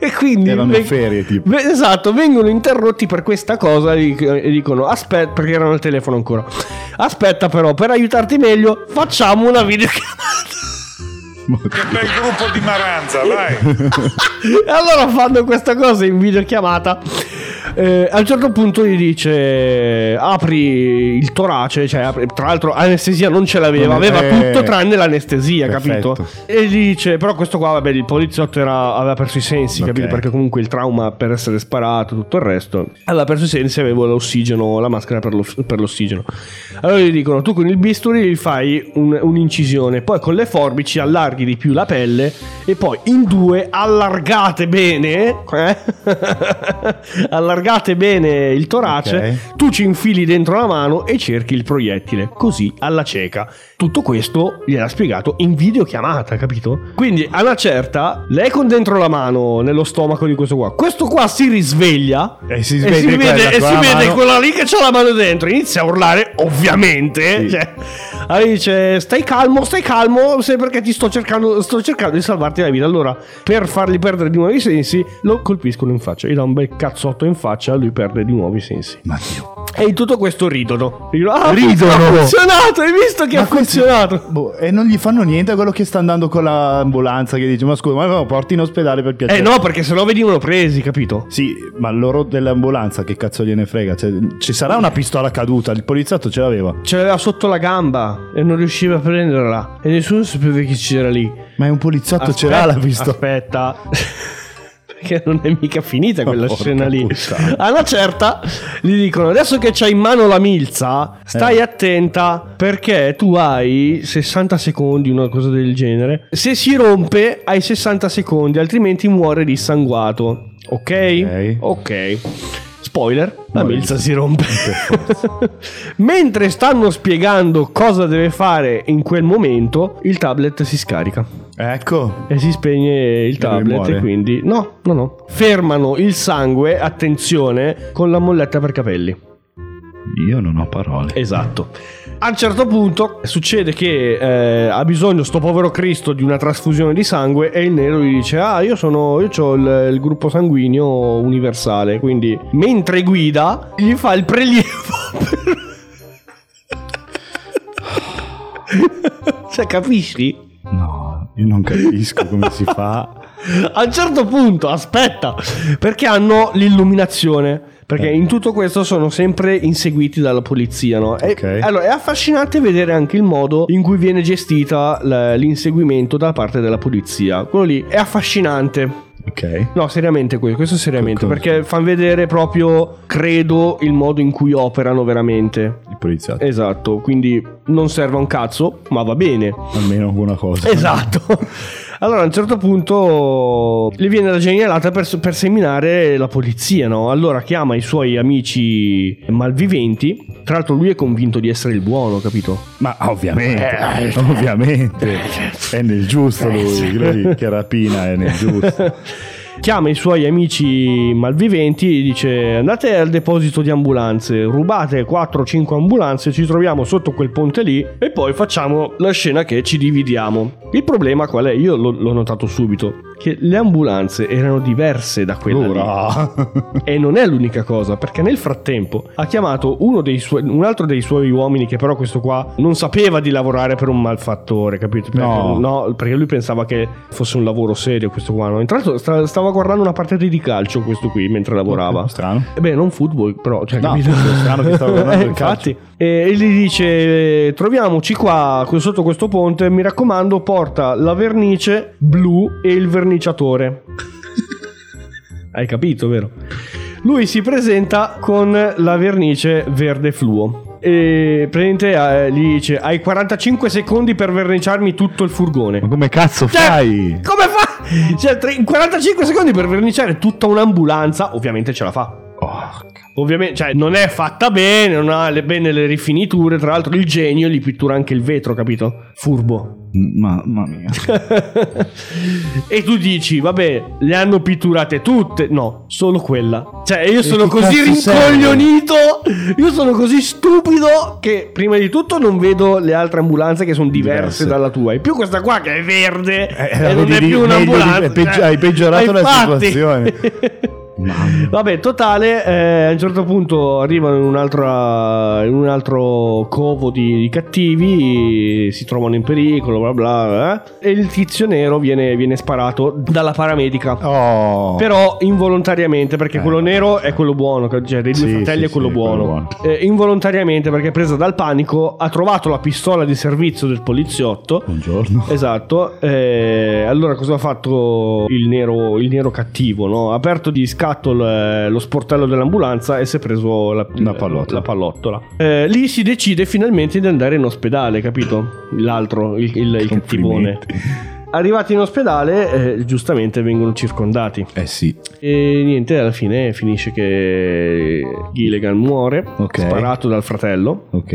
Speaker 2: E quindi
Speaker 1: Erano in ferie, tipo.
Speaker 2: Ve- Esatto, vengono interrotti per questa cosa e dic- e dicono: Aspetta, perché erano al telefono ancora. Aspetta, però, per aiutarti meglio, facciamo una videochiamata.
Speaker 5: Che
Speaker 2: Cioè.
Speaker 5: bel gruppo di Maranza, vai.
Speaker 2: E allora fanno questa cosa in videochiamata. Eh, a un certo punto gli dice: Apri il torace. Cioè, apri- tra l'altro, anestesia non ce l'aveva,
Speaker 1: Non è-
Speaker 2: aveva
Speaker 1: eh.
Speaker 2: tutto tranne l'anestesia,
Speaker 1: Perfetto.
Speaker 2: capito? E gli dice: Però questo qua, vabbè, il poliziotto era- aveva perso i sensi,
Speaker 1: Ok.
Speaker 2: capito? Perché comunque il trauma per essere sparato, tutto il resto, aveva perso i sensi. Avevo l'ossigeno, la maschera per, lo- per l'ossigeno. Allora gli dicono: Tu con il bisturi gli fai un- un'incisione, poi con le forbici allarghi di più la pelle e poi in due allargate bene, eh? allargate bene il torace.
Speaker 1: Ok.
Speaker 2: Tu ci infili dentro la mano e cerchi il proiettile, così alla cieca. Tutto questo gliel'ha spiegato in videochiamata, capito? Quindi alla certa, lei con dentro la mano nello stomaco di questo qua. Questo qua si risveglia
Speaker 1: E si sveglia quella
Speaker 2: vede, e
Speaker 1: con
Speaker 2: si
Speaker 1: la
Speaker 2: vede
Speaker 1: mano.
Speaker 2: quella lì che c'ha la mano dentro. Inizia a urlare, ovviamente.
Speaker 1: Sì.
Speaker 2: Cioè, allora dice: Stai calmo, stai calmo, se perché ti sto cercando, sto cercando di salvarti la vita. Allora, per fargli perdere di nuovo i sensi, lo colpiscono in faccia. Gli dà un bel cazzotto in faccia, lui perde di nuovo i sensi.
Speaker 1: Ma Dio.
Speaker 2: E in tutto questo ridono. Dicono, "Ah,
Speaker 1: Ridono!"
Speaker 2: Ha funzionato, hai visto che ha
Speaker 1: questi-
Speaker 2: funzionato?
Speaker 1: boh, e non gli fanno niente a quello che sta andando con l'ambulanza che dice ma scusa ma me lo porti in ospedale per piacere
Speaker 2: Eh no, perché sennò venivano presi, capito?
Speaker 1: Sì, ma loro dell'ambulanza che cazzo gliene frega? Cioè, ci sarà una pistola caduta, il poliziotto ce l'aveva.
Speaker 2: Ce l'aveva sotto la gamba e non riusciva a prenderla. E nessuno sapeva chi c'era lì.
Speaker 1: Ma è un poliziotto, ce
Speaker 2: Aspetta,
Speaker 1: l'ha la pistola.
Speaker 2: Aspetta. Perché non è mica finita quella
Speaker 1: porca
Speaker 2: scena lì.
Speaker 1: puttana.
Speaker 2: Alla certa gli dicono: Adesso che c'hai in mano la milza, stai
Speaker 1: Eh.
Speaker 2: attenta perché tu hai 60 secondi, una cosa del genere. Se si rompe, hai 60 secondi, altrimenti muore dissanguato. Ok?
Speaker 1: Ok.
Speaker 2: Ok. Spoiler, la
Speaker 1: No,
Speaker 2: milza
Speaker 1: il-
Speaker 2: si rompe. Mentre stanno spiegando cosa deve fare in quel momento, il tablet si scarica.
Speaker 1: Ecco.
Speaker 2: E si spegne il tablet
Speaker 1: muore.
Speaker 2: e quindi... No, no, no. Fermano il sangue, attenzione, con la molletta per capelli.
Speaker 1: Io non ho parole.
Speaker 2: Esatto. A un certo punto succede che eh, ha bisogno sto povero Cristo di una trasfusione di sangue e il nero gli dice ah io sono io ho il, il gruppo sanguigno universale quindi mentre guida gli fa il prelievo per- cioè capisci?
Speaker 1: No, io non capisco come si fa.
Speaker 2: A un certo punto, aspetta, perché hanno l'illuminazione. Perché
Speaker 1: Eh.
Speaker 2: in tutto questo sono sempre inseguiti dalla polizia, no? E-
Speaker 1: Ok.
Speaker 2: allora, è affascinante vedere anche il modo in cui viene gestita l- l'inseguimento da parte della polizia. Quello lì è affascinante.
Speaker 1: Ok.
Speaker 2: No, seriamente questo, questo seriamente,
Speaker 1: Cosa?
Speaker 2: perché fanno vedere proprio, credo, il modo in cui operano veramente.
Speaker 1: Il poliziotto.
Speaker 2: Esatto, quindi non serve a un cazzo, ma va bene.
Speaker 1: Almeno una cosa.
Speaker 2: Esatto. Allora a un certo punto le viene la genialata per, per seminare la polizia, no? Allora chiama i suoi amici malviventi. Tra l'altro lui è convinto di essere il buono, capito?
Speaker 1: Ma
Speaker 2: Eh,
Speaker 1: ovviamente, ovviamente. È nel giusto lui. lui che rapina è nel giusto.
Speaker 2: Chiama i suoi amici malviventi e dice andate al deposito di ambulanze, rubate 4-5 ambulanze, ci troviamo sotto quel ponte lì e poi facciamo la scena che ci dividiamo. Il problema qual è? Io l'ho, l'ho notato subito, che le ambulanze erano diverse da quella lì.
Speaker 1: Allora.
Speaker 2: E non è l'unica cosa, perché nel frattempo ha chiamato uno dei suoi- un altro dei suoi uomini, che però questo qua non sapeva di lavorare per un malfattore, capito? Perché-
Speaker 1: No.
Speaker 2: perché lui pensava che fosse un lavoro serio questo qua. No? Intanto sta- stava guardando una partita di calcio questo qui mentre lavorava.
Speaker 1: Strano.
Speaker 2: Eh beh, non football, però. Cioè,
Speaker 1: No,
Speaker 2: capito?
Speaker 1: football, strano che stavo guardando
Speaker 2: Eh,
Speaker 1: il calcio.
Speaker 2: Infatti. E, e gli dice: eh, Troviamoci qua que- sotto questo ponte. Mi raccomando, porta la vernice blu e il verniciatore. Hai capito, vero? Lui si presenta con la vernice verde fluo. E praticamente eh, gli dice: Hai 45 secondi per verniciarmi tutto il furgone.
Speaker 1: Ma come cazzo
Speaker 2: Cioè,
Speaker 1: fai?
Speaker 2: Come fa? Cioè, tre- in 45 secondi per verniciare tutta un'ambulanza, ovviamente ce la fa. Ovviamente, cioè, non è fatta bene, non ha le- bene le rifiniture. Tra l'altro, il genio gli pittura anche il vetro, capito? Furbo.
Speaker 1: Ma- Mamma mia.
Speaker 2: e tu dici, vabbè, le hanno pitturate tutte. No, solo quella. Cioè, io sono
Speaker 1: che
Speaker 2: così
Speaker 1: cazzo serve?
Speaker 2: rincoglionito. Io sono così stupido che prima di tutto non vedo le altre ambulanze che sono diverse,
Speaker 1: Diverse.
Speaker 2: dalla tua. E più questa qua che è verde
Speaker 1: Eh,
Speaker 2: e non
Speaker 1: vedi
Speaker 2: è
Speaker 1: lì, meglio
Speaker 2: più
Speaker 1: di-
Speaker 2: un'ambulanza.
Speaker 1: è peggi-
Speaker 2: cioè,
Speaker 1: hai peggiorato la
Speaker 2: infatti.
Speaker 1: situazione.
Speaker 2: Vabbè, totale, eh, a un certo punto arrivano in, un'altra- in un altro covo di, di cattivi, si trovano in pericolo, bla bla, bla eh, e il tizio nero viene, viene sparato dalla paramedica.
Speaker 1: Oh.
Speaker 2: Però involontariamente, perché
Speaker 1: Eh.
Speaker 2: quello nero è quello buono, cioè dei due
Speaker 1: Sì,
Speaker 2: fratelli
Speaker 1: sì,
Speaker 2: è quello
Speaker 1: sì,
Speaker 2: buono.
Speaker 1: quello
Speaker 2: Eh, involontariamente, perché presa dal panico, ha trovato la pistola di servizio del
Speaker 1: Mm.
Speaker 2: poliziotto.
Speaker 1: Buongiorno.
Speaker 2: Esatto, eh, allora cosa ha fatto il nero, il nero cattivo? no? Ha aperto di scatto l- lo sportello dell'ambulanza e si è preso la,
Speaker 1: La pallottola.
Speaker 2: la pallottola. Eh, lì si decide finalmente di andare in ospedale, capito? L'altro, il, il- il cattivone.
Speaker 1: Complimenti.
Speaker 2: Arrivati in ospedale, eh, giustamente vengono circondati.
Speaker 1: Eh sì.
Speaker 2: E niente, alla fine finisce che Gilligan muore,
Speaker 1: Ok.
Speaker 2: sparato dal fratello
Speaker 1: Ok.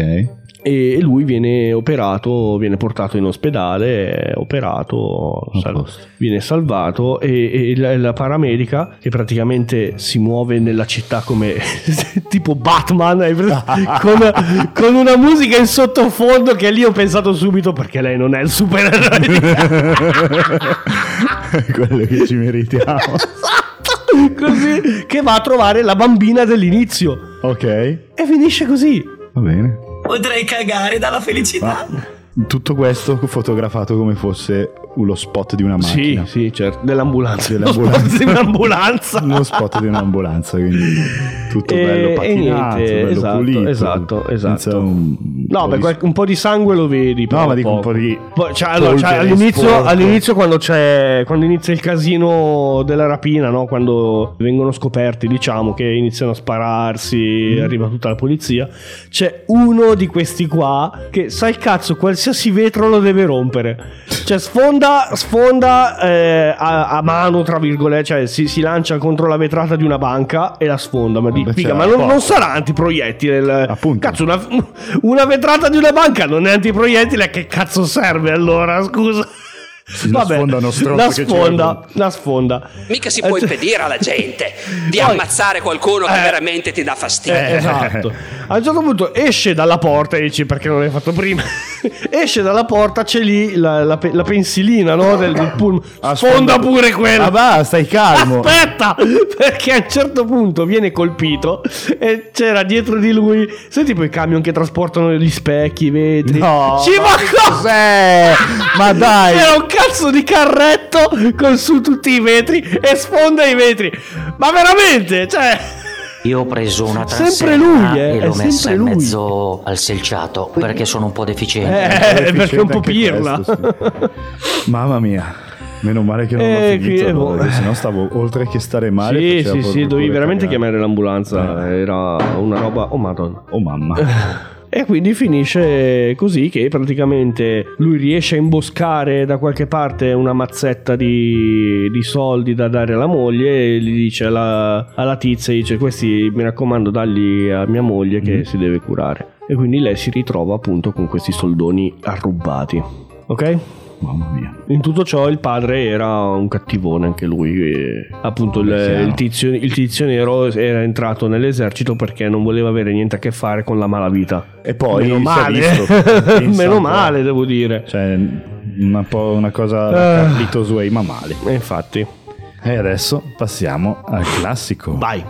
Speaker 2: e lui viene operato, viene portato in ospedale, è operato,
Speaker 1: A
Speaker 2: sal-
Speaker 1: posto.
Speaker 2: viene salvato e, e la, la paramedica che praticamente si muove nella città come tipo Batman hai preso? con, con una musica in sottofondo che lì ho pensato subito perché lei non è il supereroe di
Speaker 1: Quello che ci meritiamo.
Speaker 2: così, che va a trovare la bambina dell'inizio
Speaker 1: ok.
Speaker 2: e finisce così
Speaker 1: Va bene.
Speaker 7: Potrei cagare dalla felicità.
Speaker 1: Tutto questo fotografato come fosse lo spot di una macchina.
Speaker 2: sì, certo, dell'ambulanza,
Speaker 1: Dell'ambulanza.
Speaker 2: Uno spot di un'ambulanza.
Speaker 1: Uno spot di un'ambulanza, quindi tutto
Speaker 2: E-
Speaker 1: bello
Speaker 2: e
Speaker 1: patinato,
Speaker 2: niente,
Speaker 1: bello
Speaker 2: esatto,
Speaker 1: pulito.
Speaker 2: esatto, esatto.
Speaker 1: senza un-
Speaker 2: No,
Speaker 1: un
Speaker 2: beh,
Speaker 1: po'
Speaker 2: qualche- un po' di sangue lo vedi. però
Speaker 1: ma dico un
Speaker 2: poco.
Speaker 1: po' di
Speaker 2: Poi, cioè, allora,
Speaker 1: polvere
Speaker 2: cioè, all'inizio,
Speaker 1: sporca.
Speaker 2: all'inizio quando, c'è, quando inizia il casino della rapina, no? quando vengono scoperti, diciamo, che iniziano a spararsi,
Speaker 1: Mm.
Speaker 2: arriva tutta la polizia, c'è uno di questi qua che, sai cazzo, qualsiasi vetro lo deve rompere. Cioè, sfonda, sfonda eh, a, a mano, tra virgolette, cioè si, si lancia contro la vetrata di una banca e la sfonda. Ma, di,
Speaker 1: Eh Beh,
Speaker 2: figa,
Speaker 1: c'era
Speaker 2: ma
Speaker 1: un
Speaker 2: non,
Speaker 1: po'.
Speaker 2: non sarà antiproiettile. il-
Speaker 1: Appunto.
Speaker 2: Cazzo, una, una vetrata di una banca non è antiproiettile, a che cazzo serve allora? Scusa.
Speaker 1: la sfonda è uno stronzo
Speaker 2: la
Speaker 1: che
Speaker 2: sfonda, la sfonda.
Speaker 9: Mica si può
Speaker 2: Eh,
Speaker 9: impedire alla gente di
Speaker 2: Poi-
Speaker 9: ammazzare qualcuno che
Speaker 2: Eh.
Speaker 9: veramente ti dà fastidio.
Speaker 2: Eh, esatto. A un certo punto esce dalla porta e dici perché non l'hai fatto prima. esce dalla porta, c'è lì la, la pe- la pensilina no, del, del pullman.
Speaker 1: Ah,
Speaker 2: Sfonda pure quella.
Speaker 1: Ah, va, stai calmo.
Speaker 2: Aspetta, perché a un certo punto viene colpito e c'era dietro di lui. Sai tipo i camion che trasportano gli specchi, i vetri.
Speaker 1: No,
Speaker 2: ci
Speaker 1: ma
Speaker 2: va
Speaker 1: che
Speaker 2: co-
Speaker 1: cos'è? Ma
Speaker 2: Ah,
Speaker 1: dai.
Speaker 2: C'era un cazzo di carretto con su tutti i vetri e sfonda i vetri. Ma veramente, cioè.
Speaker 10: Io ho preso una
Speaker 2: Sempre
Speaker 10: transerna
Speaker 2: lui, eh,
Speaker 10: e
Speaker 2: è
Speaker 10: l'ho messa
Speaker 2: sempre
Speaker 10: in
Speaker 2: lui.
Speaker 10: mezzo al selciato perché sono un po' deficiente.
Speaker 2: Eh, perché è un po'
Speaker 1: Anche
Speaker 2: pirla.
Speaker 1: questo, sì. Mamma mia. Meno male che non l'ho
Speaker 2: Eh,
Speaker 1: finito,
Speaker 2: che-
Speaker 1: allora, perché sennò stavo oltre che stare male.
Speaker 2: Sì,
Speaker 1: faceva
Speaker 2: sì,
Speaker 1: proprio
Speaker 2: sì, dovevi
Speaker 1: pure
Speaker 2: veramente
Speaker 1: cagare. Eh.
Speaker 2: chiamare l'ambulanza. eh. Era una roba. Oh, madonna.
Speaker 1: Oh mamma.
Speaker 2: E quindi finisce così che praticamente lui riesce a imboscare da qualche parte una mazzetta di, di soldi da dare alla moglie e gli dice alla, alla tizia, dice questi mi raccomando dagli a mia moglie che si deve curare. E quindi lei si ritrova appunto con questi soldoni arrubati. Ok?
Speaker 1: Mamma mia.
Speaker 2: In tutto ciò il padre era un cattivone anche lui, e, appunto il,
Speaker 1: Beh, chiaro.
Speaker 2: il tizio, il tizio nero era entrato nell'esercito perché non voleva avere niente a che fare con la malavita.
Speaker 1: E poi
Speaker 2: Meno
Speaker 1: si è
Speaker 2: male.
Speaker 1: visto, pensa un
Speaker 2: Meno
Speaker 1: po'.
Speaker 2: male, devo dire.
Speaker 1: Cioè, una, po' una cosa
Speaker 2: Eh.
Speaker 1: da Carlitos Way, ma male.
Speaker 2: E infatti.
Speaker 1: E adesso passiamo al classico.
Speaker 2: Vai.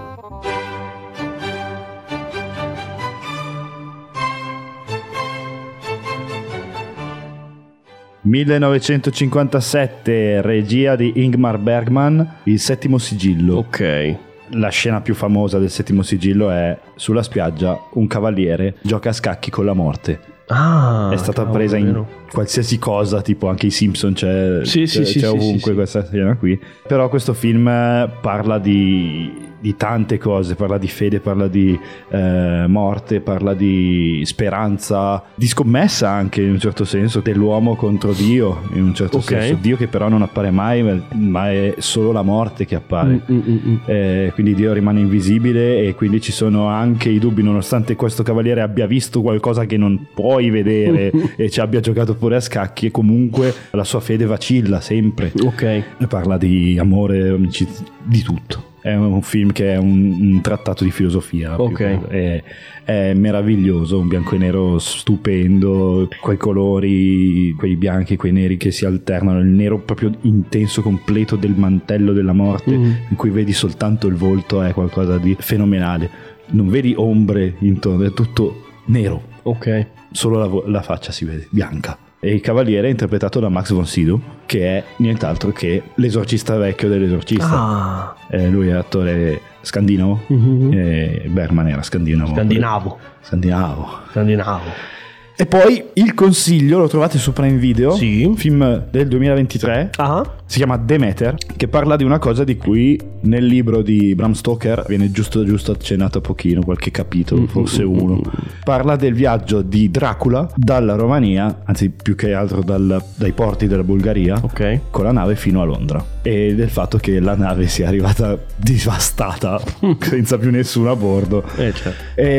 Speaker 1: Mm. 1957, regia di Ingmar Bergman, il settimo sigillo.
Speaker 2: Ok.
Speaker 1: La scena più famosa del settimo sigillo è sulla spiaggia un cavaliere gioca a scacchi con la morte.
Speaker 2: Ah,
Speaker 1: è stata
Speaker 2: cavolo,
Speaker 1: presa in
Speaker 2: vero.
Speaker 1: qualsiasi cosa, tipo anche i Simpson c'è,
Speaker 2: Sì,
Speaker 1: c'è-
Speaker 2: sì, sì,
Speaker 1: c'è
Speaker 2: sì,
Speaker 1: ovunque
Speaker 2: sì, sì.
Speaker 1: questa scena qui. Però questo film eh, parla di, di tante cose, parla di fede, parla di eh, morte, parla di speranza, di scommessa anche in un certo senso, dell'uomo contro Dio in un certo
Speaker 2: Ok.
Speaker 1: senso. Dio che però non appare mai, ma- ma è solo la morte che appare.
Speaker 2: Mm, mm, mm, mm.
Speaker 1: Eh, quindi Dio rimane invisibile e quindi ci sono anche i dubbi nonostante questo cavaliere abbia visto qualcosa che non puoi vedere e ci abbia giocato pure a scacchi e comunque la sua fede vacilla sempre
Speaker 2: Ok.
Speaker 1: E parla di amore, amicizia, di tutto è un film che è un, un trattato di filosofia più
Speaker 2: Ok.
Speaker 1: che altro. è, è meraviglioso un bianco e nero stupendo quei colori quei bianchi quei neri che si alternano il nero proprio intenso completo del mantello della morte
Speaker 2: Mm.
Speaker 1: in cui vedi soltanto il volto è qualcosa di fenomenale. Non vedi ombre intorno, è tutto nero,
Speaker 2: Ok.
Speaker 1: solo la, vo- la faccia si vede bianca. E il cavaliere è interpretato da Max von Sydow, che è nient'altro che l'esorcista vecchio dell'esorcista.
Speaker 2: Ah.
Speaker 1: Eh, lui è attore scandinavo.
Speaker 2: Mhm.
Speaker 1: eh, Bergman era scandinavo.
Speaker 2: Scandinavo.
Speaker 1: Scandinavo.
Speaker 2: Scandinavo.
Speaker 1: E poi Il Consiglio lo trovate su Prime Video,
Speaker 2: Sì.
Speaker 1: un film del 2023
Speaker 2: Ah.
Speaker 1: si chiama Demeter, che parla di una cosa di cui nel libro di Bram Stoker viene giusto giusto accennato pochino, qualche
Speaker 2: Mm,
Speaker 1: capitolo, forse uno. Parla del viaggio di Dracula dalla Romania, anzi più che altro dal- dai porti della Bulgaria,
Speaker 2: Ok.
Speaker 1: con la nave fino a Londra e del fatto che la nave sia arrivata devastata senza più nessuno a bordo
Speaker 2: Eh, certo.
Speaker 1: e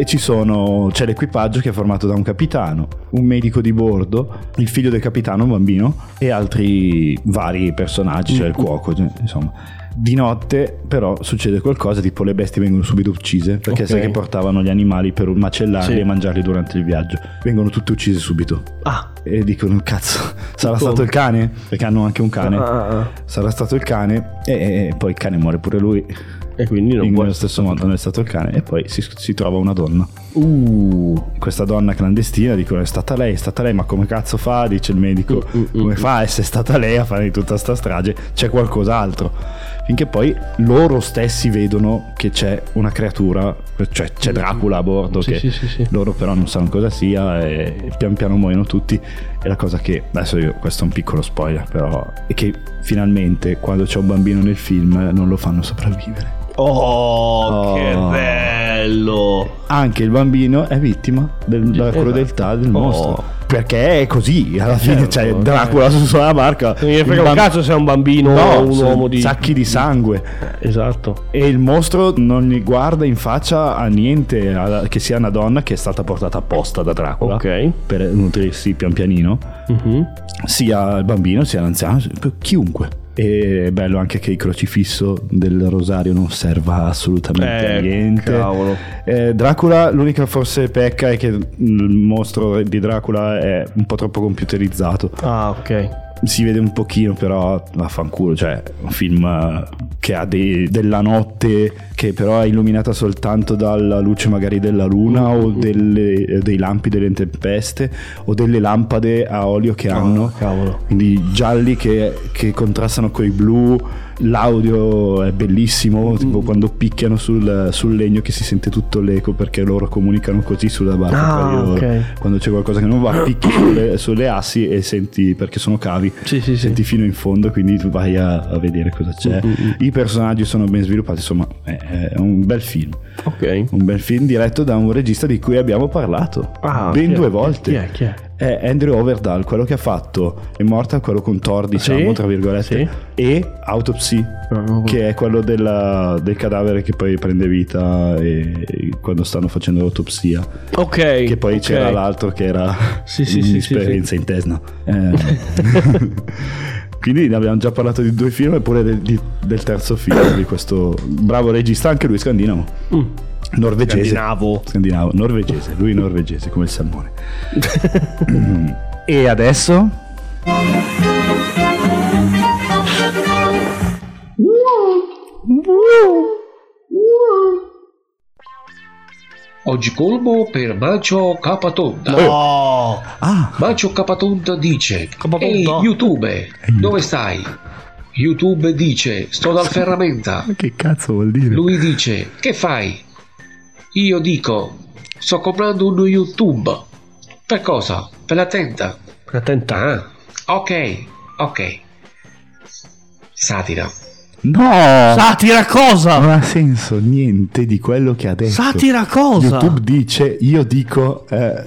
Speaker 1: e ci sono c'è l'equipaggio che è formato da un capitano un medico di bordo il figlio del capitano un bambino e altri vari personaggi cioè il
Speaker 2: Mm.
Speaker 1: cuoco cioè, insomma di notte però succede qualcosa tipo le bestie vengono subito uccise perché
Speaker 2: Ok.
Speaker 1: sai che portavano gli animali per macellarli
Speaker 2: Sì.
Speaker 1: e mangiarli durante il viaggio vengono tutte uccise subito
Speaker 2: Ah.
Speaker 1: e dicono cazzo sarà stato il cane perché hanno anche un cane
Speaker 2: Ah, ah, ah.
Speaker 1: sarà stato il cane e, e poi il cane muore pure lui
Speaker 2: E quindi non
Speaker 1: in-
Speaker 2: può
Speaker 1: nello stesso modo non è stato il cane e poi si, si trova una donna uh questa donna clandestina dicono è stata lei è stata lei ma come cazzo fa dice il medico
Speaker 2: Mm, mm, mm,
Speaker 1: come fa a essere stata lei a fare tutta sta strage c'è qualcos'altro finché poi loro stessi vedono che c'è una creatura cioè c'è Dracula a bordo
Speaker 2: Mm, Sì,
Speaker 1: che
Speaker 2: sì, sì, sì.
Speaker 1: loro però non sanno cosa sia e pian piano muoiono tutti e la cosa che adesso io questo è un piccolo spoiler però è che finalmente quando c'è un bambino nel film non lo fanno sopravvivere
Speaker 2: Oh, che
Speaker 1: Oh.
Speaker 2: bello!
Speaker 1: anche il bambino è vittima del- della
Speaker 2: Esatto.
Speaker 1: crudeltà del
Speaker 2: Oh.
Speaker 1: mostro perché è così alla fine
Speaker 2: Certo,
Speaker 1: cioè
Speaker 2: eh.
Speaker 1: Dracula su sulla barca
Speaker 2: Non gli frega
Speaker 1: il
Speaker 2: un
Speaker 1: bam-
Speaker 2: cazzo se è un bambino
Speaker 1: no,
Speaker 2: o un
Speaker 1: sono
Speaker 2: uomo di.
Speaker 1: sacchi di sangue
Speaker 2: Esatto.
Speaker 1: e il mostro non gli guarda in faccia a niente alla- che sia una donna che è stata portata apposta da Dracula
Speaker 2: Ok.
Speaker 1: per nutrirsi pian pianino
Speaker 2: Mhm.
Speaker 1: sia il bambino sia l'anziano, chiunque. E è bello anche che il crocifisso del rosario non serva assolutamente
Speaker 2: Eh,
Speaker 1: a niente.
Speaker 2: cavolo.
Speaker 1: Eh, Dracula, l'unica forse pecca è che il mostro di Dracula è un po' troppo computerizzato.
Speaker 2: Ah, ok.
Speaker 1: Si vede un pochino, però vaffanculo. Cioè, un film eh, che ha dei- della notte, che però è illuminata soltanto dalla luce magari della luna o delle- eh, dei lampi delle tempeste o delle lampade a olio che hanno
Speaker 2: Oh, Cavolo.
Speaker 1: quindi gialli che, che contrastano coi blu l'audio è
Speaker 2: Mm.
Speaker 1: bellissimo tipo quando picchiano sul, sul legno che si sente tutto l'eco perché loro comunicano così sulla barca
Speaker 2: Ah,
Speaker 1: tra di loro.
Speaker 2: ok.
Speaker 1: quando c'è qualcosa che non va picchi sulle, sulle assi e senti perché sono cavi
Speaker 2: Sì, sì, sì.
Speaker 1: senti fino in fondo quindi tu vai a, a vedere cosa
Speaker 2: Mm,
Speaker 1: c'è i personaggi sono ben sviluppati insomma è, è un bel film
Speaker 2: Ok.
Speaker 1: un bel film diretto da un regista di cui abbiamo parlato
Speaker 2: Ah,
Speaker 1: ben
Speaker 2: chi è?
Speaker 1: due volte
Speaker 2: Chi è? Chi è?
Speaker 1: è Andrew Overdahl, quello che ha fatto Immortal, quello con Thor, diciamo, tra virgolette,
Speaker 2: sì.
Speaker 1: e Autopsy,
Speaker 2: Ah,
Speaker 1: che è quello della- del cadavere che poi prende vita e- e quando stanno facendo l'autopsia.
Speaker 2: Ok.
Speaker 1: Che poi
Speaker 2: ok.
Speaker 1: c'era l'altro che era
Speaker 2: Sì, sì, sì, Eh.
Speaker 1: un'esperienza in Tesla. Quindi ne abbiamo già parlato di due film e pure del, di- del terzo film di questo bravo regista, anche lui scandinavo.
Speaker 2: Mm.
Speaker 1: Norvegese.
Speaker 2: Scandinavo.
Speaker 1: Scandinavo, norvegese, lui norvegese come il salmone. e adesso
Speaker 11: Oggi colbo per Bacio Capatonda.
Speaker 6: Eh.
Speaker 12: No!
Speaker 6: Ah.
Speaker 11: Bacio Capatonda dice:
Speaker 12: Capatonda.
Speaker 11: Ehi,
Speaker 6: Eh,
Speaker 11: YouTube, dove stai? YouTube dice: Sto dal ferramenta.
Speaker 1: Ma che cazzo vuol dire?
Speaker 11: Lui dice: Che fai? Io dico: Sto comprando uno YouTube. Per cosa? Per la tenda.
Speaker 2: La tenda.
Speaker 11: ok, ok. Satira.
Speaker 1: No!
Speaker 12: Satira cosa?
Speaker 1: Non ha senso niente di quello che ha detto.
Speaker 12: Satira cosa?
Speaker 1: YouTube dice, io dico... eh,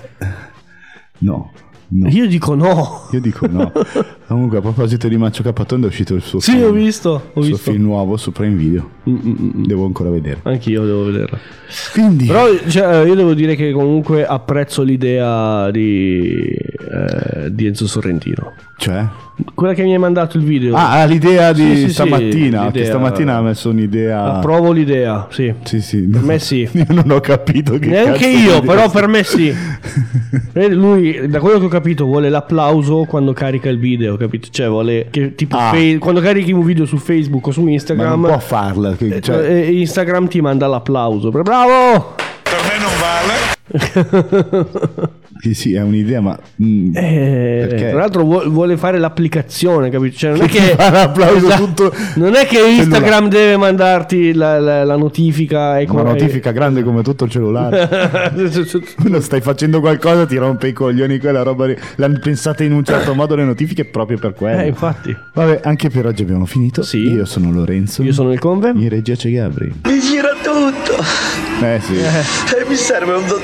Speaker 1: no. No.
Speaker 2: Io dico no.
Speaker 1: Io dico no. Comunque, a proposito di Macio Capatonda, è uscito il suo
Speaker 2: Sì,
Speaker 1: film.
Speaker 2: ho visto, ho
Speaker 1: il suo
Speaker 2: visto. Mm,
Speaker 1: film nuovo su Prime Video. Devo ancora vedere.
Speaker 2: Anch'io devo vederlo.
Speaker 1: Quindi,
Speaker 2: Però cioè, io devo dire che comunque apprezzo l'idea di, eh, di Enzo Sorrentino.
Speaker 1: Cioè?
Speaker 2: Quella che mi hai mandato il video.
Speaker 1: Ah, ah, l'idea di
Speaker 2: Sì, sì, sì,
Speaker 1: stamattina. che
Speaker 2: l'idea.
Speaker 1: stamattina ha messo un'idea.
Speaker 2: Approvo l'idea, sì.
Speaker 1: Sì, sì.
Speaker 2: Per me sì.
Speaker 1: Io non ho capito che
Speaker 2: Neanche
Speaker 1: cazzo
Speaker 2: io,
Speaker 1: di-
Speaker 2: però per me sì. Eh, Lui, da quello che ho capito, vuole l'applauso quando carica il video, capito? Cioè, vuole che tipo
Speaker 1: Ah.
Speaker 2: fe- quando carichi un video su Facebook o su
Speaker 1: Ma non
Speaker 2: Instagram,
Speaker 1: può farla. che-
Speaker 2: eh,
Speaker 1: cioè-
Speaker 2: eh, Instagram ti manda l'applauso. Bravo!
Speaker 1: Sì, sì, è un'idea, ma. mm,
Speaker 2: Eh,
Speaker 1: perché?
Speaker 2: tra l'altro vuo- vuole fare l'applicazione, capito? Cioè, non è che
Speaker 1: fa l'applauso
Speaker 2: Esatto.
Speaker 1: tutto-
Speaker 2: Non è che Instagram
Speaker 1: cellulare.
Speaker 2: deve mandarti la, la- la notifica e
Speaker 1: Una
Speaker 2: come-
Speaker 1: notifica grande come tutto il cellulare. Uno stai facendo qualcosa, ti rompe i coglioni quella roba. lì. L'hanno pensata in un certo modo le notifiche proprio per quello.
Speaker 2: Eh, infatti.
Speaker 1: Vabbè, anche per oggi abbiamo finito. Io sono Lorenzo. Io
Speaker 2: sono il Conve.
Speaker 1: In regia c'è Gabri.
Speaker 7: Mi gira tutto
Speaker 1: Eh sì.
Speaker 7: e mi serve un